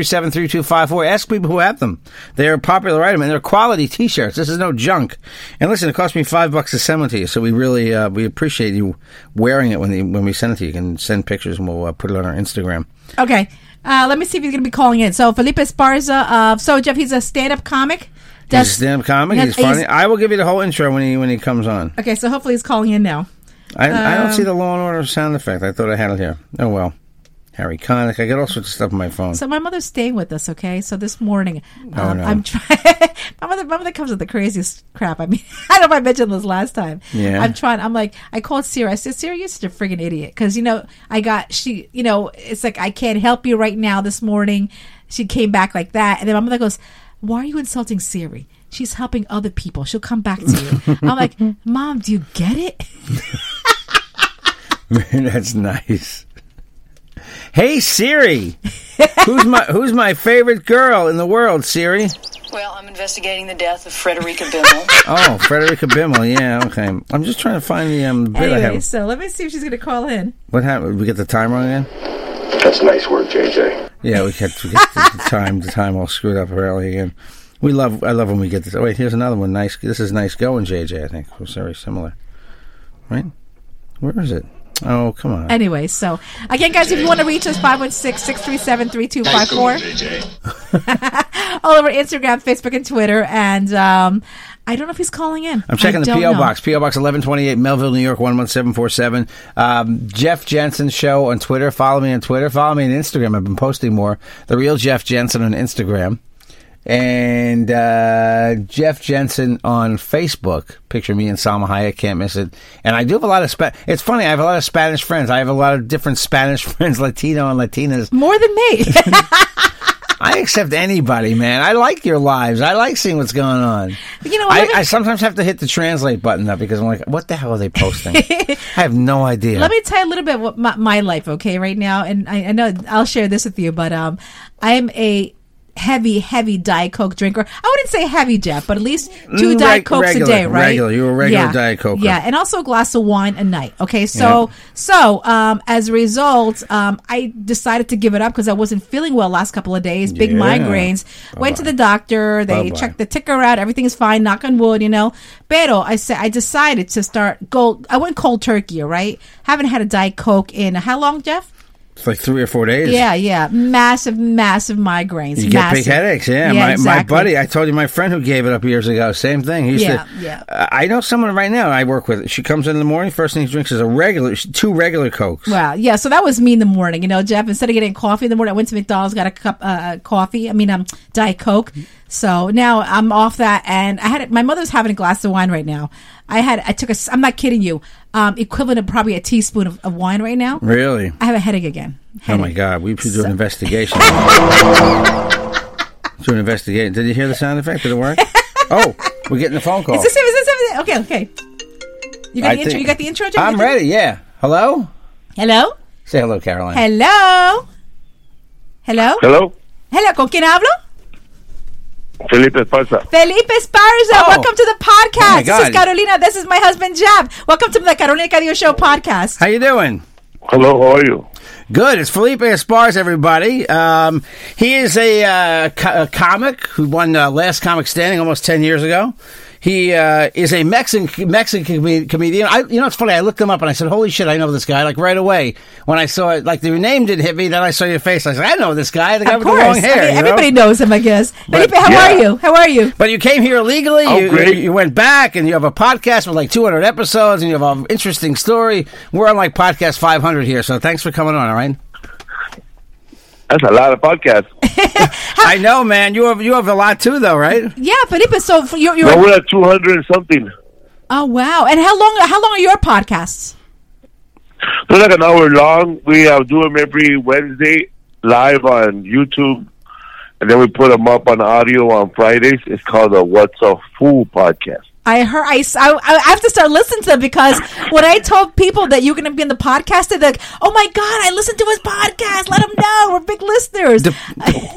Speaker 1: 516-637-3254. Ask people who have them. They're a popular item and they're quality T-shirts. This is no junk. And listen, it cost me five bucks to send one to you, so we really uh, we appreciate you wearing it when the, when we send it to you. You can send pictures and we'll uh, put it on our Instagram.
Speaker 2: Okay. Uh, let me see if he's going to be calling in. So Felipe Esparza of So Jeff, he's a stand-up comic.
Speaker 1: He's a stand-up comic.
Speaker 2: Yes,
Speaker 1: He's funny. I will give you the whole intro when he when he comes on.
Speaker 2: okay, so hopefully he's calling in now.
Speaker 1: I, I don't see
Speaker 2: Um,
Speaker 1: the Law and Order sound effect. I thought I had it here. Oh well, Harry Connick. I got all sorts of stuff on my phone.
Speaker 2: So my mother's staying with us. Okay, so this morning um,
Speaker 1: Oh, no.
Speaker 2: I'm trying. <laughs> my mother, my mother comes with the craziest crap. I mean, <laughs> I don't know if I mentioned this last time.
Speaker 1: Yeah.
Speaker 2: I'm trying. I'm like, I called Sierra. I said, Sierra, you're such a friggin' idiot because you know I got she. You know, it's like I can't help you right now. This morning, she came back like that, and then my mother goes, "Why are you insulting Siri?" She's helping other people. She'll come back to
Speaker 1: <laughs>
Speaker 2: you. I'm like, Mom, do you get it?
Speaker 1: <laughs> That's nice. Hey Siri, who's my who's my favorite girl in the world? Siri.
Speaker 4: Well, I'm investigating the death of Frederica Bimmel.
Speaker 1: Oh, Frederica Bimmel. Yeah, okay. I'm just trying to find the um, bit I
Speaker 2: Anyway,
Speaker 1: have.
Speaker 2: <laughs> so let me see if she's going to call in.
Speaker 1: What happened? We get the time wrong again.
Speaker 5: That's nice work, JJ.
Speaker 1: Yeah, we kept we get the, the time the time all screwed up early again. We love I love when we get this. Oh, wait, here's another one. Nice. This is nice going, JJ. I think it was very similar. Right? Where is it? Oh, come on.
Speaker 2: Anyway, so again, guys, if you want to reach us, 516-637-3254. <laughs> All over Instagram, Facebook, and Twitter. And um, I don't know if he's calling in.
Speaker 1: I'm checking
Speaker 2: I
Speaker 1: the
Speaker 2: don't
Speaker 1: PO
Speaker 2: know.
Speaker 1: box. PO box 1128, Melville, New York 11747. Um, Jeff Jensen show on Twitter. Follow me on Twitter. Follow me on Instagram. I've been posting more. The real Jeff Jensen on Instagram. And uh, Jeff Jensen on Facebook. Picture me and Salma Hayek. Can't miss it. And I do have a lot of Spa- It's funny. I have a lot of Spanish friends. I have a lot of different Spanish <laughs> friends, Latino and Latinas.
Speaker 2: More than me. <laughs>
Speaker 1: I accept anybody, man. I like your lives. I like seeing what's going on.
Speaker 2: you <laughs> know,
Speaker 1: I,
Speaker 2: let, me,
Speaker 1: I sometimes have to hit the translate button up because I'm like, what the hell are they
Speaker 2: <laughs>
Speaker 1: posting? I have no idea.
Speaker 2: let me tell you a little bit what my, my life, okay, right now. And I, I know I'll share this with you, but um, I'm a heavy, heavy Diet Coke drinker. I wouldn't say heavy, Jeff, but at least two
Speaker 1: Mm,
Speaker 2: Diet
Speaker 1: reg-
Speaker 2: Cokes
Speaker 1: regular,
Speaker 2: a day, right?
Speaker 1: regular. You're a regular
Speaker 2: yeah.
Speaker 1: Diet Coker.
Speaker 2: Yeah, and also a glass of wine a night. Okay, so so um, as a result, um, I decided to give it up because I wasn't feeling well last couple of days. Big
Speaker 1: Yeah.
Speaker 2: migraines. Went to the doctor. They
Speaker 1: Bye-bye.
Speaker 2: checked the ticker out. Everything is fine. Knock on wood, you know. Pero I said I decided to start gold. I went cold turkey. All right, haven't had a Diet Coke in how long, Jeff?
Speaker 1: it's like three or four days.
Speaker 2: Yeah, yeah. Massive, massive migraines.
Speaker 1: You get big
Speaker 2: massive.
Speaker 1: headaches, yeah. my,
Speaker 2: exactly.
Speaker 1: my buddy, I told you, my friend who gave it up years ago, same thing. He used
Speaker 2: Yeah,
Speaker 1: to,
Speaker 2: yeah.
Speaker 1: Uh, I know someone right now I work with. She comes in the morning, first thing she drinks is a regular, two regular Cokes.
Speaker 2: Wow. Yeah. So that was me in the morning. You know, Jeff, instead of getting coffee in the morning, I went to McDonald's, got a cup uh, coffee. I mean, um, Diet Coke.
Speaker 1: Mm-hmm.
Speaker 2: So now I'm off that. And I had, my mother's having a glass of wine right now. I had, I took a, s- I'm not kidding you, um, equivalent of probably a teaspoon of, of wine right now.
Speaker 1: Really?
Speaker 2: I have a headache
Speaker 1: Oh
Speaker 2: again. Headache.
Speaker 1: my God, we should do an
Speaker 2: <laughs>
Speaker 1: investigation. do an investigation. Did you hear the sound effect? Did it
Speaker 2: <laughs>
Speaker 1: work? oh, we're getting a phone call.
Speaker 2: Is this, is this, is this, okay. Okay. You got,
Speaker 1: I
Speaker 2: the intro,
Speaker 1: think-
Speaker 2: you got the intro, Jeff?
Speaker 1: I'm
Speaker 2: You think-
Speaker 1: ready, yeah. Hello?
Speaker 2: Hello?
Speaker 1: Say hello, Caroline.
Speaker 2: Hello? Hello?
Speaker 5: Hello,
Speaker 2: Hello. ¿Con quién hablo?
Speaker 5: Felipe Esparza.
Speaker 2: Felipe Esparza,
Speaker 1: Oh.
Speaker 2: welcome to the podcast.
Speaker 1: my
Speaker 2: this is
Speaker 1: God.
Speaker 2: Carolina. This is my husband, Jab. Welcome to the Carolina Cadillo Show podcast.
Speaker 1: How you doing?
Speaker 5: Hello, how are you?
Speaker 1: Good. It's Felipe Esparza, everybody. Um, he is a, uh, co- a comic who won uh, Last Comic Standing almost 10 years ago. He uh, is a Mexican Mexican com- comedian. I, you know, it's funny. I looked him up and I said, "Holy shit, I know this guy!" Like right away when I saw it, like your name didn't hit me. Then I saw your face. I said, "I know this guy, the guy
Speaker 2: of
Speaker 1: with the long
Speaker 2: course.
Speaker 1: hair."
Speaker 2: I mean,
Speaker 1: you know?
Speaker 2: everybody knows him, I guess.
Speaker 1: But-
Speaker 2: Felipe, how
Speaker 1: yeah.
Speaker 2: are you? How are you?
Speaker 1: But you came here illegally.
Speaker 5: Oh,
Speaker 1: you,
Speaker 5: great.
Speaker 1: you- you went back and you have a podcast with like 200 episodes and you have an interesting story. We're on like podcast 500 here, so thanks for coming on. All right.
Speaker 2: <laughs>
Speaker 5: That's a lot of podcasts.
Speaker 2: How
Speaker 1: I know, man. You have you have a lot too, though, <laughs> right?
Speaker 2: yeah, Felipe. So for your, your
Speaker 3: Now we're at 200 and something.
Speaker 2: oh wow, and how long? How long are your podcasts?
Speaker 3: They're like an hour long. We uh, do them every Wednesday live on YouTube, and then we put them up on audio on Fridays. It's called the What's a Fool podcast.
Speaker 2: I heard. I, s- I- I have to start listening to them because when I told people that you're going to be in the podcast, they're like, "Oh my god, I listened to his podcast. Let them know we're big listeners."
Speaker 1: Do,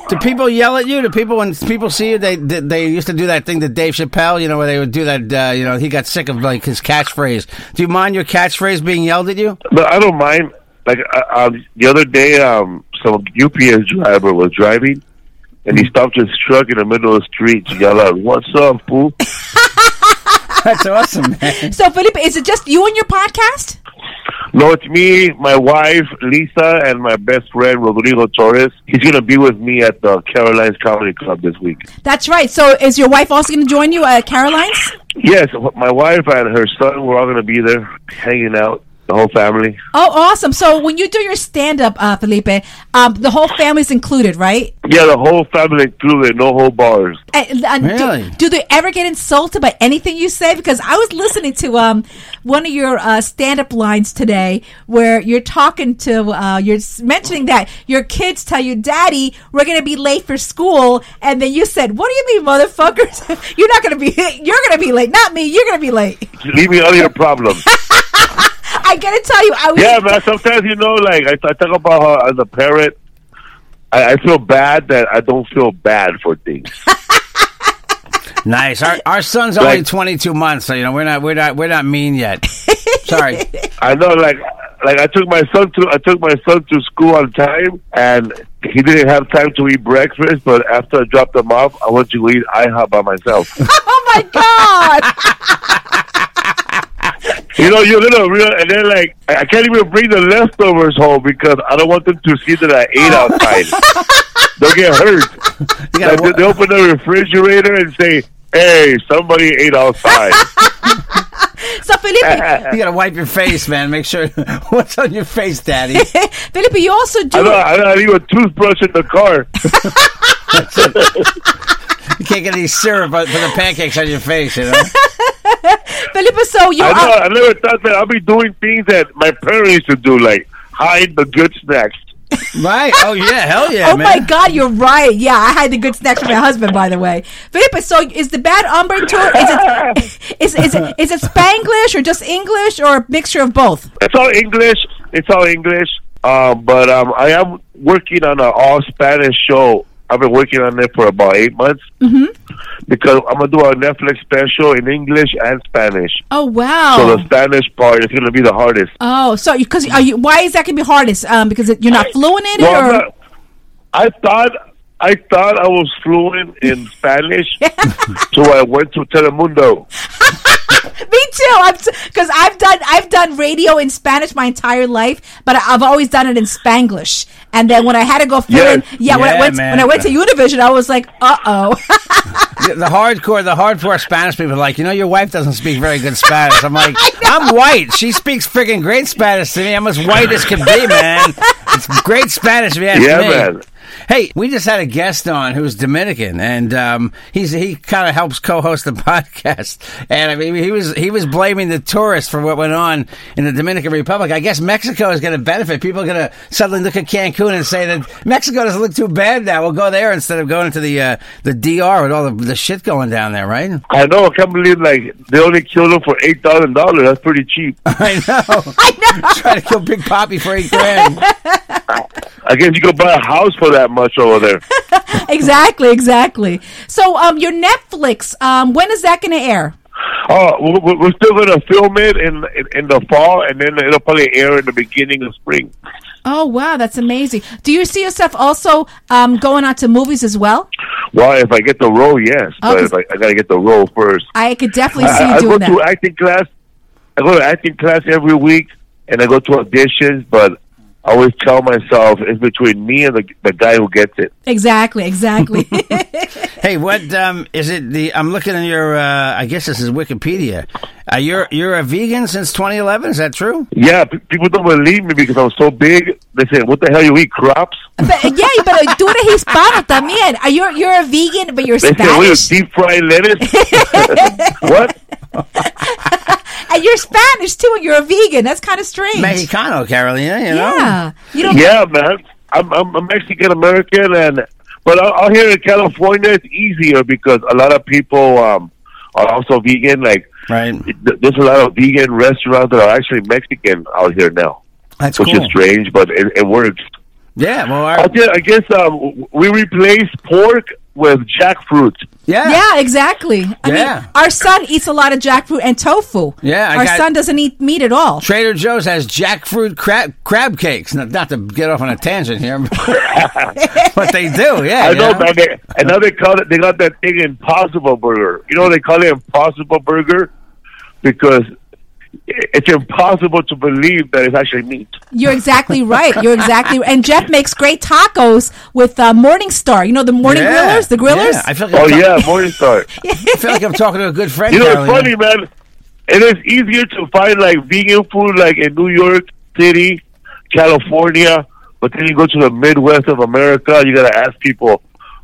Speaker 1: do people yell at you? Do people when people see you? They they- they used to do that thing to Dave Chappelle, you know, where they would do that. Uh, you know, he got sick of like his catchphrase. Do you mind your catchphrase being yelled at you?
Speaker 3: But I don't mind. Like uh, um, the other day, um, some UPS driver was driving, and he stopped his truck in the middle of the street to yell out, "What's up, fool?"
Speaker 1: That's awesome, man.
Speaker 2: so, Felipe, is it just you and your podcast?
Speaker 3: No, it's me, my wife Lisa, and my best friend Rodrigo Torres. He's gonna be with me at the Caroline's Comedy Club this week.
Speaker 2: That's right. So, is your wife also going to join you at Caroline's?
Speaker 3: Yes, my wife and her son, we're all going to be there hanging out, the whole family.
Speaker 2: Oh, awesome! So, when you do your stand up, uh, Felipe, um, the whole family's included, right?
Speaker 3: Yeah, the whole family included, no whole bars.
Speaker 2: And, and do-
Speaker 1: Really?
Speaker 2: do, they ever get insulted by anything you say? Because I was listening to um one of your uh, stand up lines today, where you're talking to uh, you're s- mentioning that your kids tell you, "Daddy, we're going to be late for school," and then you said, "What do you mean, motherfuckers? <laughs> you're not going to be you're going to be late, not me. You're going to be late." <laughs>
Speaker 3: Leave me out of your problems.
Speaker 2: I got to tell you, I was
Speaker 3: yeah, man, sometimes, you know, like, I, I talk about how, as a parent, I, I feel bad that I don't feel bad for things.
Speaker 1: <laughs> Nice. Our our son's only
Speaker 3: Right.
Speaker 1: twenty two months, so you know we're not we're not we're not mean <laughs> yet. Sorry.
Speaker 3: I know, like, like I took my son to I took my son to school on time, and he didn't have time to eat breakfast. But after I dropped him off, I went to eat IHOP by myself.
Speaker 2: <laughs> oh my god.
Speaker 3: <laughs> You know, you're gonna real, and then like I I can't even bring the leftovers home because I don't want them to see that I ate
Speaker 2: Oh.
Speaker 3: outside.
Speaker 2: <laughs>
Speaker 3: They'll get hurt.
Speaker 1: You
Speaker 3: Like,
Speaker 1: gotta
Speaker 3: they,
Speaker 1: wa-
Speaker 3: they open the refrigerator and say, "Hey, somebody ate outside."
Speaker 2: So Felipe,
Speaker 1: you gotta wipe your face, man. Make sure <laughs> what's on your face, Daddy.
Speaker 2: Felipe, you also do.
Speaker 3: I don't, I don't leave a toothbrush in the car.
Speaker 1: You can't get any syrup for for the pancakes on your face. You <laughs> know.
Speaker 2: Felipe, so you
Speaker 3: I know.
Speaker 2: are.
Speaker 3: I never thought that I'll be doing things that my parents used to do, like hide the good snacks.
Speaker 1: Right. Oh yeah. Hell yeah,
Speaker 2: Oh
Speaker 1: man.
Speaker 2: my God, you're right. Yeah, I had the good snacks for my husband, by the way. Felipe, so is the bad umber tour? Is
Speaker 3: <laughs>
Speaker 2: it is is it, is it Spanglish or just English or a mixture of both?
Speaker 3: It's all English. It's all English. Um, but um, I am working on an all Spanish show. I've been working on it for about eight months mm-hmm. because I'm gonna do a Netflix special in English and Spanish.
Speaker 2: Oh
Speaker 3: So the
Speaker 2: wow.
Speaker 3: Spanish part is gonna be the hardest.
Speaker 2: Oh, so because are you? Why is that gonna be hardest? Um, because it, you're not fluent in it,
Speaker 3: Well, I'm
Speaker 2: or
Speaker 3: not- I thought I thought I was fluent in Spanish, so I went to Telemundo.
Speaker 2: me too. I'm because I've done I've done radio in Spanish my entire life, but I've always done it in Spanglish. And then when I had to go fluent, yeah, when I
Speaker 1: Yeah,
Speaker 2: went when I
Speaker 1: man.
Speaker 2: went to Univision, I was like, uh oh.
Speaker 1: The, the hardcore, the hardcore Spanish people are like, you know, your wife doesn't speak very good Spanish. I'm like, I'm white. She speaks freaking great Spanish to me. I'm as white as can be, man. It's great Spanish, if you ask
Speaker 3: Yeah,
Speaker 1: me.
Speaker 3: man.
Speaker 1: Hey, we just had a guest on who's Dominican, and um, he's he kind of helps co-host the <laughs> podcast. And I mean, he was he was blaming the tourists for what went on in the Dominican Republic. I guess Mexico is going to benefit. People are going to suddenly look at Cancun and say that Mexico doesn't look too bad now. We'll go there instead of going to the uh, the DR with all the, the shit going down there, right? <laughs>
Speaker 3: I know I can't believe like they only killed him for eight thousand dollars. That's pretty cheap.
Speaker 1: I know. <laughs> I know. Try to kill Big Poppy for eight grand.
Speaker 3: I guess you could buy a house for that much over there.
Speaker 2: exactly, exactly. So, um, your Netflix, um, when is that going to air?
Speaker 3: Oh, we- we- we're still gonna film it in, in in the fall, and then it'll probably air <laughs> in the beginning of spring.
Speaker 2: Oh wow, that's amazing. Do you see yourself also um, going out to movies as well?
Speaker 3: Well, if I get the role, yes,
Speaker 2: Oh,
Speaker 3: but if I, I gotta get the role first.
Speaker 2: I could definitely see
Speaker 3: I,
Speaker 2: you
Speaker 3: I go
Speaker 2: doing
Speaker 3: to
Speaker 2: that.
Speaker 3: acting class. I go to acting class every week, and I go to auditions. But I always tell myself it's between me and the the guy who gets it. <laughs>
Speaker 2: Exactly, <laughs> exactly.
Speaker 1: Hey, what um, is it? The I'm looking at your. Uh, I guess this is Wikipedia. Uh, you're you're a vegan since 2011. Is that true?
Speaker 3: Yeah, pe people don't believe me because I'm so big. They say, "What the hell you eat? Crops?"
Speaker 2: But, yeah, pero tú eres hispano también. Ah, You're, you're a vegan, but you're
Speaker 3: They say, "What
Speaker 2: Spanish.
Speaker 3: you deep fried lettuce?" what?
Speaker 2: And you're Spanish too, and you're a vegan. That's kind of strange.
Speaker 1: Mexicano, Carolina. You know.
Speaker 2: Yeah. You don't.
Speaker 3: Yeah, man. I'm I'm a Mexican American, and but out out here in California, it's easier because a lot of people um, are also vegan. Like,
Speaker 1: Right.
Speaker 3: th- there's a lot of vegan restaurants that are actually Mexican out here now,
Speaker 1: That's
Speaker 3: which
Speaker 1: cool.
Speaker 3: is strange, but it, it works.
Speaker 1: Yeah. Well.
Speaker 3: I
Speaker 1: Our,
Speaker 3: guess, I guess um, w- we replace pork with jackfruit.
Speaker 1: yeah.
Speaker 2: Yeah, exactly. I
Speaker 1: Yeah.
Speaker 2: mean, our son eats a lot of jackfruit and tofu.
Speaker 1: Yeah, I
Speaker 2: our
Speaker 1: got-
Speaker 2: son doesn't eat meat at all.
Speaker 1: Trader Joe's has jackfruit crab crab cakes. Not, not to get off on a tangent here,
Speaker 3: <laughs>
Speaker 1: but, but they do. Yeah.
Speaker 3: I
Speaker 1: you
Speaker 3: know, man. They, and now they call it. They got that thing, Impossible Burger. You know, what they call it Impossible Burger because i- it's impossible to believe that it's actually meat.
Speaker 2: You're exactly right. You're exactly And Jeff makes great tacos with uh, Morningstar. You know the morning
Speaker 1: Yeah,
Speaker 2: grillers, the grillers.
Speaker 1: yeah. I feel like
Speaker 3: Oh
Speaker 1: I'm ta- <laughs>
Speaker 3: yeah, Morningstar.
Speaker 1: I feel like I'm talking to a good friend.
Speaker 3: You know, it's
Speaker 1: Carolina.
Speaker 3: funny, man. It is easier to find like vegan food like in New York City, California, but then you go to the Midwest of America, you gotta ask people,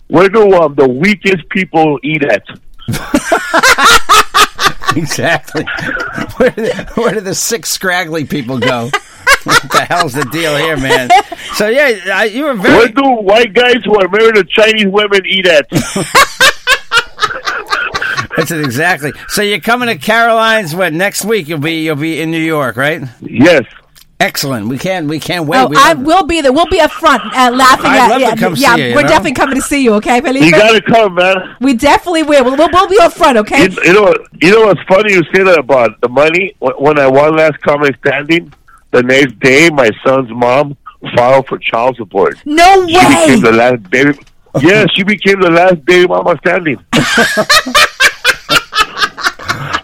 Speaker 3: where do um, the weakest people eat at?
Speaker 1: <laughs> Exactly. Where do, where do the six scraggly people go? <laughs> what the hell's the deal here, man? So yeah, I, you were
Speaker 3: Where
Speaker 1: very
Speaker 3: do white guys who are married to Chinese women eat at? <laughs>
Speaker 1: that's it exactly. So you're coming to Caroline's what next week you'll be you'll be in New York, right?
Speaker 3: yes.
Speaker 1: Excellent. We can't we can't wait.
Speaker 2: Oh,
Speaker 1: we
Speaker 2: I
Speaker 1: love-
Speaker 2: will be there. We'll be up front uh, laughing
Speaker 1: I'd
Speaker 2: at
Speaker 1: love to
Speaker 2: yeah,
Speaker 1: come see
Speaker 2: yeah,
Speaker 1: you, you
Speaker 2: we're
Speaker 1: know?
Speaker 2: definitely coming to see you, okay, Felipe?
Speaker 3: You gotta come, man.
Speaker 2: we definitely will. We'll, we'll be up front, okay?
Speaker 3: You, you know, you know what's funny? You say that about the money. Wh- When I won last comic standing, the next day my son's mom filed for child support.
Speaker 2: no
Speaker 3: <laughs> She became the
Speaker 2: way.
Speaker 3: last baby. Yeah, she became the last baby mama standing.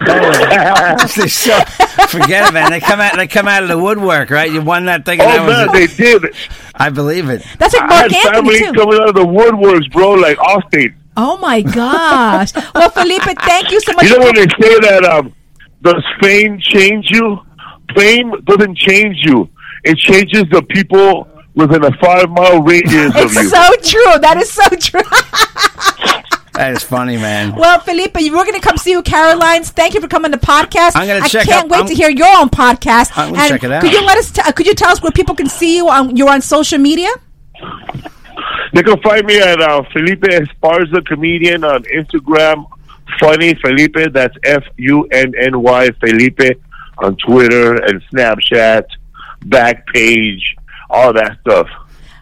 Speaker 3: oh
Speaker 1: That's the show. Forget it, man. They come out. They come out of the woodwork, right? You won that thing. And that
Speaker 3: Oh, man,
Speaker 1: was
Speaker 3: they did.
Speaker 1: I believe it.
Speaker 2: That's like
Speaker 3: I
Speaker 2: Mark
Speaker 3: had
Speaker 2: Anthony,
Speaker 3: family
Speaker 2: too.
Speaker 3: coming out of the woodworks, bro, like Austin.
Speaker 2: Oh, my gosh. well, Felipe, thank you so much.
Speaker 3: <laughs> You know when they say that um, does fame change you? Fame doesn't change you. It changes the people within a five
Speaker 2: <laughs>
Speaker 3: mile radius of you.
Speaker 2: it's so true. That is so true. <laughs>
Speaker 1: That is funny, man.
Speaker 2: Well, Felipe, you- we're going to come see you, Carolines. Thank you for coming to podcast.
Speaker 1: I'm gonna
Speaker 2: I
Speaker 1: check
Speaker 2: can't
Speaker 1: out-
Speaker 2: wait
Speaker 1: I'm-
Speaker 2: to hear your own podcast.
Speaker 1: I'm gonna
Speaker 2: And
Speaker 1: check it out.
Speaker 2: Could you let us? T- uh, could you tell us where people can see you? On, you're on social media.
Speaker 3: You can find me at uh, Felipe Esparza Comedian on Instagram. Funny Felipe, that's F U N N Y Felipe on Twitter and Snapchat, Backpage, all that stuff.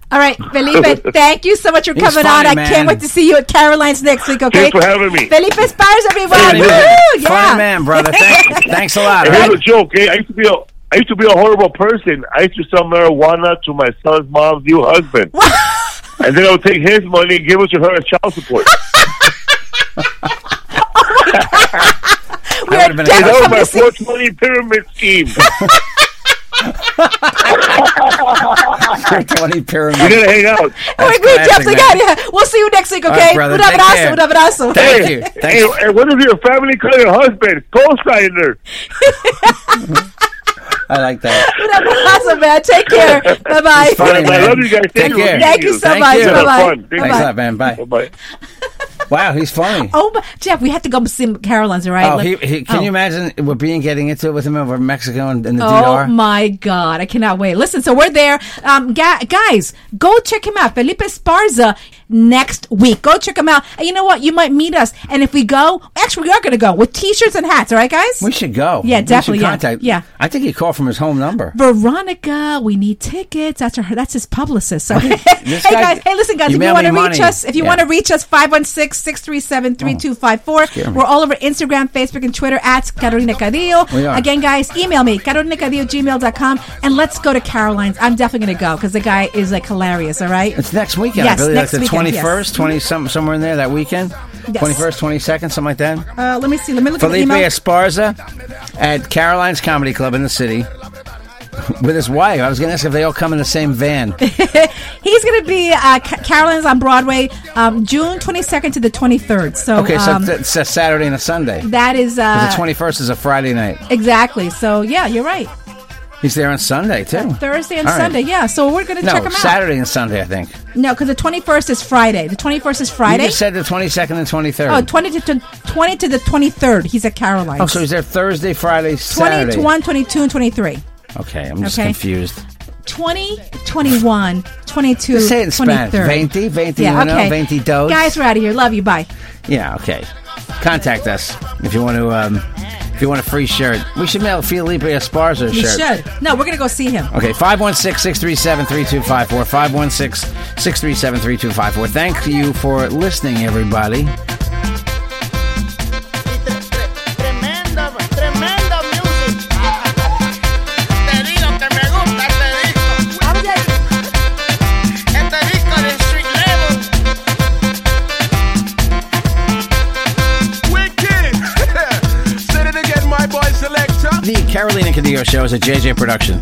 Speaker 2: All right, Felipe.
Speaker 3: <laughs>
Speaker 2: thank you so much for
Speaker 1: He's
Speaker 2: coming
Speaker 1: funny,
Speaker 2: on. I
Speaker 1: man.
Speaker 2: can't wait to see you at Carolines next week. Okay.
Speaker 3: Thanks for having me.
Speaker 2: Felipe Spires, everyone.
Speaker 1: Funny,
Speaker 2: Woo!
Speaker 1: man.
Speaker 2: Yeah.
Speaker 1: Funny man, brother.
Speaker 2: <laughs>
Speaker 1: Thank, thanks a lot.
Speaker 3: And
Speaker 1: all right?
Speaker 3: here's a joke. eh? I used to be a I used to be a horrible person. I used to sell marijuana to my son's mom's new husband, and then I would take his money and give it to her as
Speaker 2: <laughs>
Speaker 3: child support.
Speaker 1: I
Speaker 2: We are
Speaker 1: would've been a-
Speaker 3: And that
Speaker 2: definitely
Speaker 3: was
Speaker 2: coming
Speaker 3: my
Speaker 2: to see you.
Speaker 3: 420 pyramid scheme.
Speaker 1: Twenty pyramid.
Speaker 3: We're gonna hang out.
Speaker 2: We, we
Speaker 1: classic,
Speaker 2: definitely
Speaker 1: man.
Speaker 2: got it. <laughs> We'll see you next week.
Speaker 1: right,
Speaker 2: Okay.
Speaker 1: brother.
Speaker 2: Un
Speaker 1: Take care.
Speaker 2: abrazo. Un abrazo.
Speaker 1: Thank
Speaker 3: Hey,
Speaker 1: you.
Speaker 3: Hey,
Speaker 1: <laughs> Thanks.
Speaker 3: hey, what does your family call your husband? Co-signer.
Speaker 1: I like that.
Speaker 2: <laughs> Un abrazo, man. Take
Speaker 1: <laughs>
Speaker 2: care. Bye bye.
Speaker 1: funny,
Speaker 3: I
Speaker 1: man.
Speaker 3: love you guys.
Speaker 1: Take
Speaker 3: Thank you.
Speaker 1: care.
Speaker 2: Thank you so
Speaker 1: Thank
Speaker 2: much.
Speaker 1: you.
Speaker 2: Bye bye.
Speaker 3: Fun.
Speaker 2: Bye
Speaker 3: Thanks
Speaker 1: Thanks a
Speaker 2: bye.
Speaker 1: lot, man. Bye.
Speaker 3: Bye-bye.
Speaker 1: Wow, he's funny.
Speaker 2: Oh, but Jeff, we have to go see Caroline's, all right?
Speaker 1: Oh,
Speaker 2: Let-
Speaker 1: he, he, can
Speaker 2: Oh.
Speaker 1: you imagine we're being getting into it with him over Mexico and, and the
Speaker 2: Oh
Speaker 1: DR?
Speaker 2: my God! I cannot wait. Listen, so we're there, um, ga- guys. Go check him out, Felipe Sparza, next week. Go check him out. And you know what? You might meet us, and if we go, actually, we are going to go with t-shirts and hats. All right, guys.
Speaker 1: we should go. We
Speaker 2: Yeah,
Speaker 1: should
Speaker 2: definitely, yeah.
Speaker 1: contact-
Speaker 2: Yeah.
Speaker 1: I think he called from his home number.
Speaker 2: Veronica, we need tickets. That's her. That's his publicist. So, <laughs> hey
Speaker 1: This guy-
Speaker 2: guys, hey, listen, guys.
Speaker 1: you
Speaker 2: If you
Speaker 1: mail
Speaker 2: want to
Speaker 1: me
Speaker 2: reach
Speaker 1: money.
Speaker 2: us, if you
Speaker 1: Yeah.
Speaker 2: want to reach us, 516-637-3254. We're all over Instagram, Facebook, and Twitter at Carolina Cadillo.
Speaker 1: We are.
Speaker 2: Again, guys, email me carolinacadillo@gmail.com, and let's go to Caroline's. I'm definitely going to go because the guy is like hilarious. All right.
Speaker 1: It's next weekend,
Speaker 2: Yes,
Speaker 1: I believe.
Speaker 2: next
Speaker 1: like the
Speaker 2: weekend,
Speaker 1: twenty
Speaker 2: yes.
Speaker 1: first, twenty some somewhere in there that weekend.
Speaker 2: Yes.
Speaker 1: Twenty first, twenty second, something like that.
Speaker 2: Uh, let me see. Let me look at the
Speaker 1: Felipe
Speaker 2: email.
Speaker 1: Esparza at Caroline's <laughs>
Speaker 2: <laughs> Oh,
Speaker 1: Comedy Club in the city with his wife. I was going to ask if they all come in the same van.
Speaker 2: He's going to be uh, Ca- Carolyn's on Broadway um, June 22nd to the 23rd. So,
Speaker 1: Okay, so
Speaker 2: um,
Speaker 1: th- it's a Saturday and a Sunday.
Speaker 2: that is uh,
Speaker 1: the twenty first is a Friday night.
Speaker 2: exactly. So yeah, you're right.
Speaker 1: He's there on Sunday too.
Speaker 2: Thursday and
Speaker 1: All right.
Speaker 2: Sunday. Yeah. So we're going to
Speaker 1: No,
Speaker 2: check them out.
Speaker 1: Saturday and Sunday, I think. You
Speaker 2: No, because the 21st is Friday. The 21st is Friday.
Speaker 1: just said the twenty second and twenty third.
Speaker 2: Oh, 20 to, to 20 to the 23rd. He's at Caroline's.
Speaker 1: Oh, so he's there Thursday, Friday, Saturday.
Speaker 2: 21, 22, and 23.
Speaker 1: Okay, I'm just
Speaker 2: Okay.
Speaker 1: confused.
Speaker 2: 20, 21, 22,
Speaker 1: Say it in
Speaker 2: 23rd.
Speaker 1: Spanish. 20, 21,
Speaker 2: yeah, okay.
Speaker 1: 22.
Speaker 2: Guys, we're out of here. Love you. Bye.
Speaker 1: Yeah, okay. Contact us if you want to. Um, if you want a free shirt, we should mail Felipe Esparza a
Speaker 2: You
Speaker 1: shirt.
Speaker 2: should. No, we're going to go see him.
Speaker 1: Okay, 516-637-3254, 516-637-3254. Thank you for listening, everybody.
Speaker 6: Tremendo, tremendo music. Te digo que me gusta este disco. Este disco de Street Level.
Speaker 7: Wicked! <laughs> Say it again, my boy selector.
Speaker 1: The Carolina Cadillo Show is a JJ production.